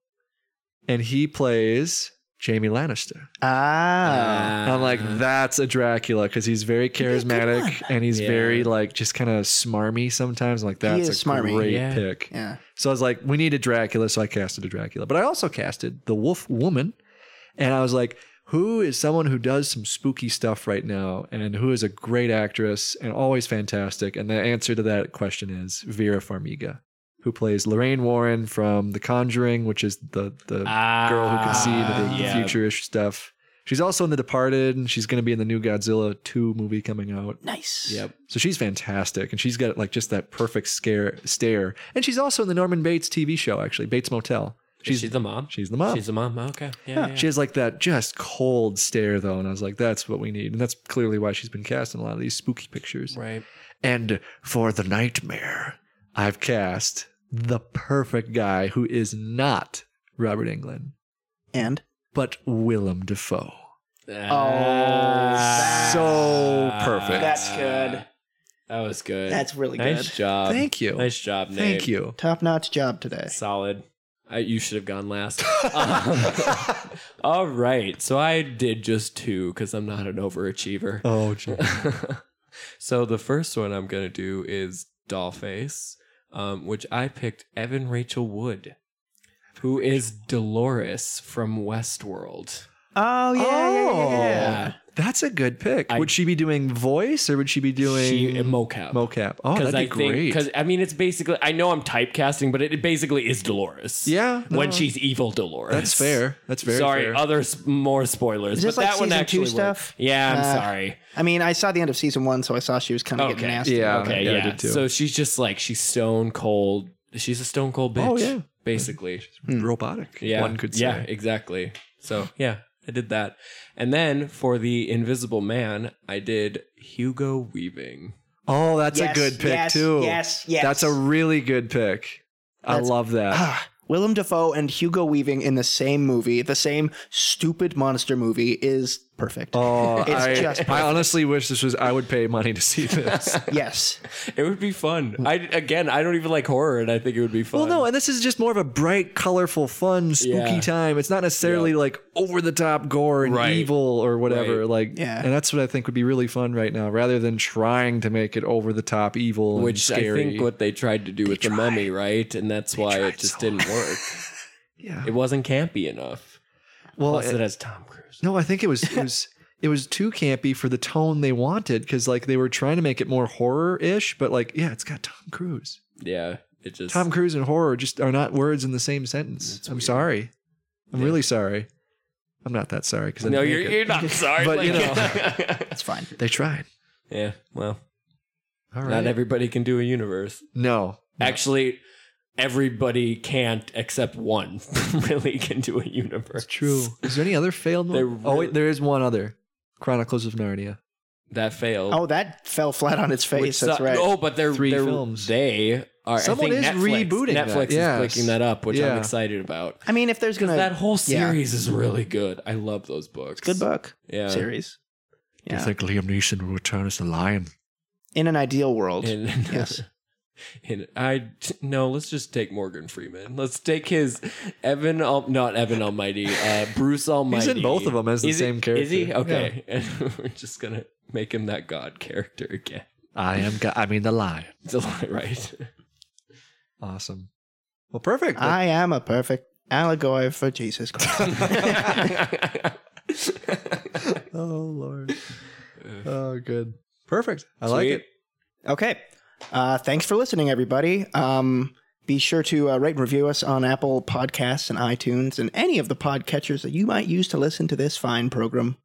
A: and he plays Jamie Lannister.
C: Uh,
B: Ah.
A: And I'm like, that's a Dracula because he's very charismatic and he's
C: Yeah.
A: very like just kind of smarmy sometimes. I'm like that's a
B: is smarmy.
A: great
C: Yeah.
A: pick.
B: yeah.
A: So I was like, we need a Dracula. So I casted a Dracula. But I also casted the Wolf Woman. And I was like, who is someone who does some spooky stuff right now and who is a great actress and always fantastic? And the answer to that question is Vera Farmiga, who plays Lorraine Warren from The Conjuring, which is the, the girl who can see into the,
C: Ah, yeah.
A: the future ish stuff. She's also in The Departed, and she's going to be in the new Godzilla 2 movie coming out.
B: Nice.
C: Yep.
A: So she's fantastic, and she's got like just that perfect scare stare. And she's also in the Norman Bates TV show, actually, Bates Motel.
C: She's
A: She's
C: she's the mom.
A: she's the mom.
C: She's the mom. Okay. Yeah. yeah.
A: She has like that just cold stare though, and I was like, that's what we need, and that's clearly why she's been cast in a lot of these spooky pictures.
C: right.
A: And for the nightmare, I've cast the perfect guy who is not Robert Englund,
B: And
A: but Willem Dafoe.
B: Oh,
C: Ah.
A: so perfect.
B: That's good.
C: That was good.
B: that's really
C: nice
B: good.
C: job.
A: Thank you.
C: Um, Nice job, Nate.
A: Thank you.
B: Top notch job today.
C: Solid. I, you should have gone last. Um, all right. So I did just two because I'm not an overachiever.
A: Oh, gee.
C: so the first one I'm going to do is Dollface, um, which I picked Evan Rachel Wood, who is Dolores from Westworld.
B: Oh yeah, yeah, yeah, yeah.
C: Yeah.
A: That's a good pick.
C: I-
A: would she be doing voice or would she be doing
C: She, mocap.
A: mocap? Oh, that'd be
C: I
A: great.
C: because I mean, it's basically. I know I'm typecasting, but it, it basically is Dolores.
A: yeah, no,
C: when she's evil Dolores.
A: that's fair. That's very
C: sorry, uh,
A: fair.
C: other s- more spoilers.
B: Is this
C: but
B: like
C: that one
B: season two
C: actually worked.
B: stuff?
C: Yeah, I'm
B: Uh,
C: sorry.
B: I mean, I saw the end of season one, so I saw she was kind of
C: Okay.
B: getting nasty.
A: yeah,
C: Okay,
A: yeah,
C: yeah.
A: I did too.
C: So she's just like she's stone cold. She's a stone cold bitch.
A: Oh, yeah.
C: basically.
A: Hmm, robotic.
C: Yeah,
A: one could say.
C: Yeah, exactly. So yeah, I did that, and then for the Invisible Man, I did Hugo Weaving.
A: Oh, that's a good pick
B: yes,
A: too.
B: Yes, yes.
A: that's a really good pick. I
B: That's-
A: love that.
B: Ah, Willem Dafoe and Hugo Weaving in the same movie, the same stupid monster movie, is perfect.
A: Oh,
B: It's
A: I,
B: just
A: I honestly wish this was. I would pay money to see this.
B: yes.
C: It would be fun. I again, I don't even like horror, and I think it would be fun.
A: well, no, and this is just more of a bright, colorful, fun, spooky
C: Yeah.
A: time. It's not necessarily like over the top gore and
C: Right.
A: evil or whatever.
C: Right.
A: Like,
B: Yeah.
A: and that's what I think would be really fun right now, rather than trying to make it over the top evil and
C: which I
A: scary.
C: think what they tried to do with the mummy, right? And that's why it just didn't work.
A: Yeah.
C: it wasn't campy enough.
A: well,
C: Plus, it has Tom Cruise.
A: No, I think it was it was it was too campy for the tone they wanted because like they were trying to make it more horror ish, but like yeah, it's got Tom Cruise.
C: Yeah, it just
A: Tom Cruise and horror just are not words in the same sentence. I'm sorry. I'm really sorry. I'm not that sorry because
C: No, you're, you're not sorry,
A: But, you
B: That's fine.
A: they tried.
C: yeah. Well,
A: All right.
C: not everybody can do a universe.
A: no.
C: Actually, everybody can't except one really can do a
A: It's
C: universe.
A: true. Is there any other failed one?
C: They
A: oh
C: really-
A: wait, there is one other. Chronicles of Narnia.
C: That failed.
B: Oh, that fell flat on its face.
C: Which
B: That's
C: su-
B: right.
C: Oh, but they're
A: Three
C: they're,
A: films.
C: They are. I
A: Someone
C: think
A: is
C: Netflix,
A: rebooting that,
C: Netflix
A: yes.
C: is picking that up, which I'm
A: Yeah.
C: excited about.
B: I mean, if there's
C: Because
B: gonna
C: that whole
B: yeah.
C: series is really good. I love those books.
B: good book
C: Yeah.
B: series.
F: Do you
B: Yeah.
F: think Liam Neeson will return as the lion?
B: In an ideal world.
C: And,
B: Yes.
C: and I no, let's just take Morgan Freeman. Let's take his Evan, Al, not Evan Almighty, uh, Bruce Almighty.
A: both of 'em as the
C: Is he-
A: same character.
C: Is he Oh. okay? And we're just gonna make him that god character again.
F: I am. Go- I mean the lion.
C: right?
A: Awesome. Well, perfect.
B: I am a perfect allegory for Jesus Christ.
A: oh lord. Oh good. Perfect. I like
C: Sweet.
A: it.
B: okay. Uh, thanks for listening, everybody. Um, be sure to uh, rate and review us on Apple Podcasts and iTunes and any of the podcatchers that you might use to listen to this fine program.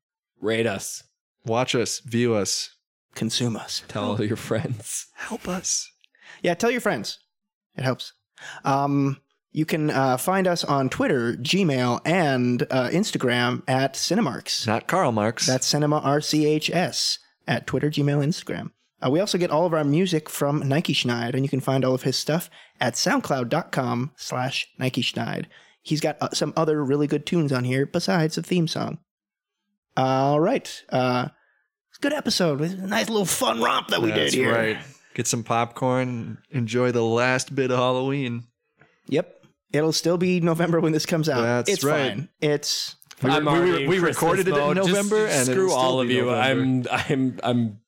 C: Rate us.
A: Watch us, view us,
B: Consume us.
C: Tell
A: Oh.
C: all your friends.
A: help us.
B: Yeah, tell your friends. It helps. Um, you can uh, find us on Twitter, Gmail, and uh, Instagram at Cinemarks.
A: Not Karl Marx.
B: That's Cinema RCHS at Twitter, Gmail, Instagram. Uh, we also get all of our music from Nike Schneid, and you can find all of his stuff at soundcloud.com slash Nike Schneid. He's got uh, some other really good tunes on here besides the theme song. All right. Uh, it's a good episode. It was a nice little fun romp that we
A: That's
B: did here.
A: right. Get some popcorn. Enjoy the last bit of Halloween.
B: Yep. It'll still be November when this comes out.
A: That's
B: it's
A: right.
B: fine. It's
A: We,
C: I'm
A: we-
C: already
A: we-
C: in
A: we
C: Christmas
A: recorded it in
C: mode. Just
A: November, and
C: screw
A: it'll
C: all
A: still
C: of
A: be
C: you.
A: November.
C: I'm I'm I'm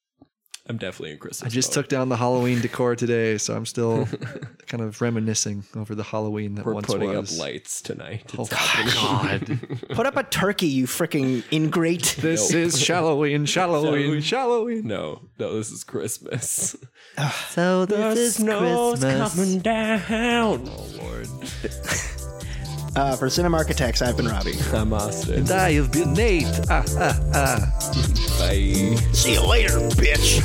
C: I'm definitely in Christmas.
A: I just
C: mode.
A: took down the Halloween decor today, so I'm still kind of reminiscing over the Halloween that
C: We're
A: once
C: putting
A: was.
C: up lights tonight. It's
A: Oh,
C: happening.
B: put up a turkey, you freaking ingrate.
A: This
C: Nope.
A: is Shalloween, Shalloween, Shalloween.
C: No, no, this is Christmas.
A: So
C: down.
A: Oh Lord,
B: Uh, for Cinema Architects, I've been Robbie.
C: I'm Austin.
A: I have been Nate. Ah, ah, ah.
C: Bye.
B: See you later, bitch.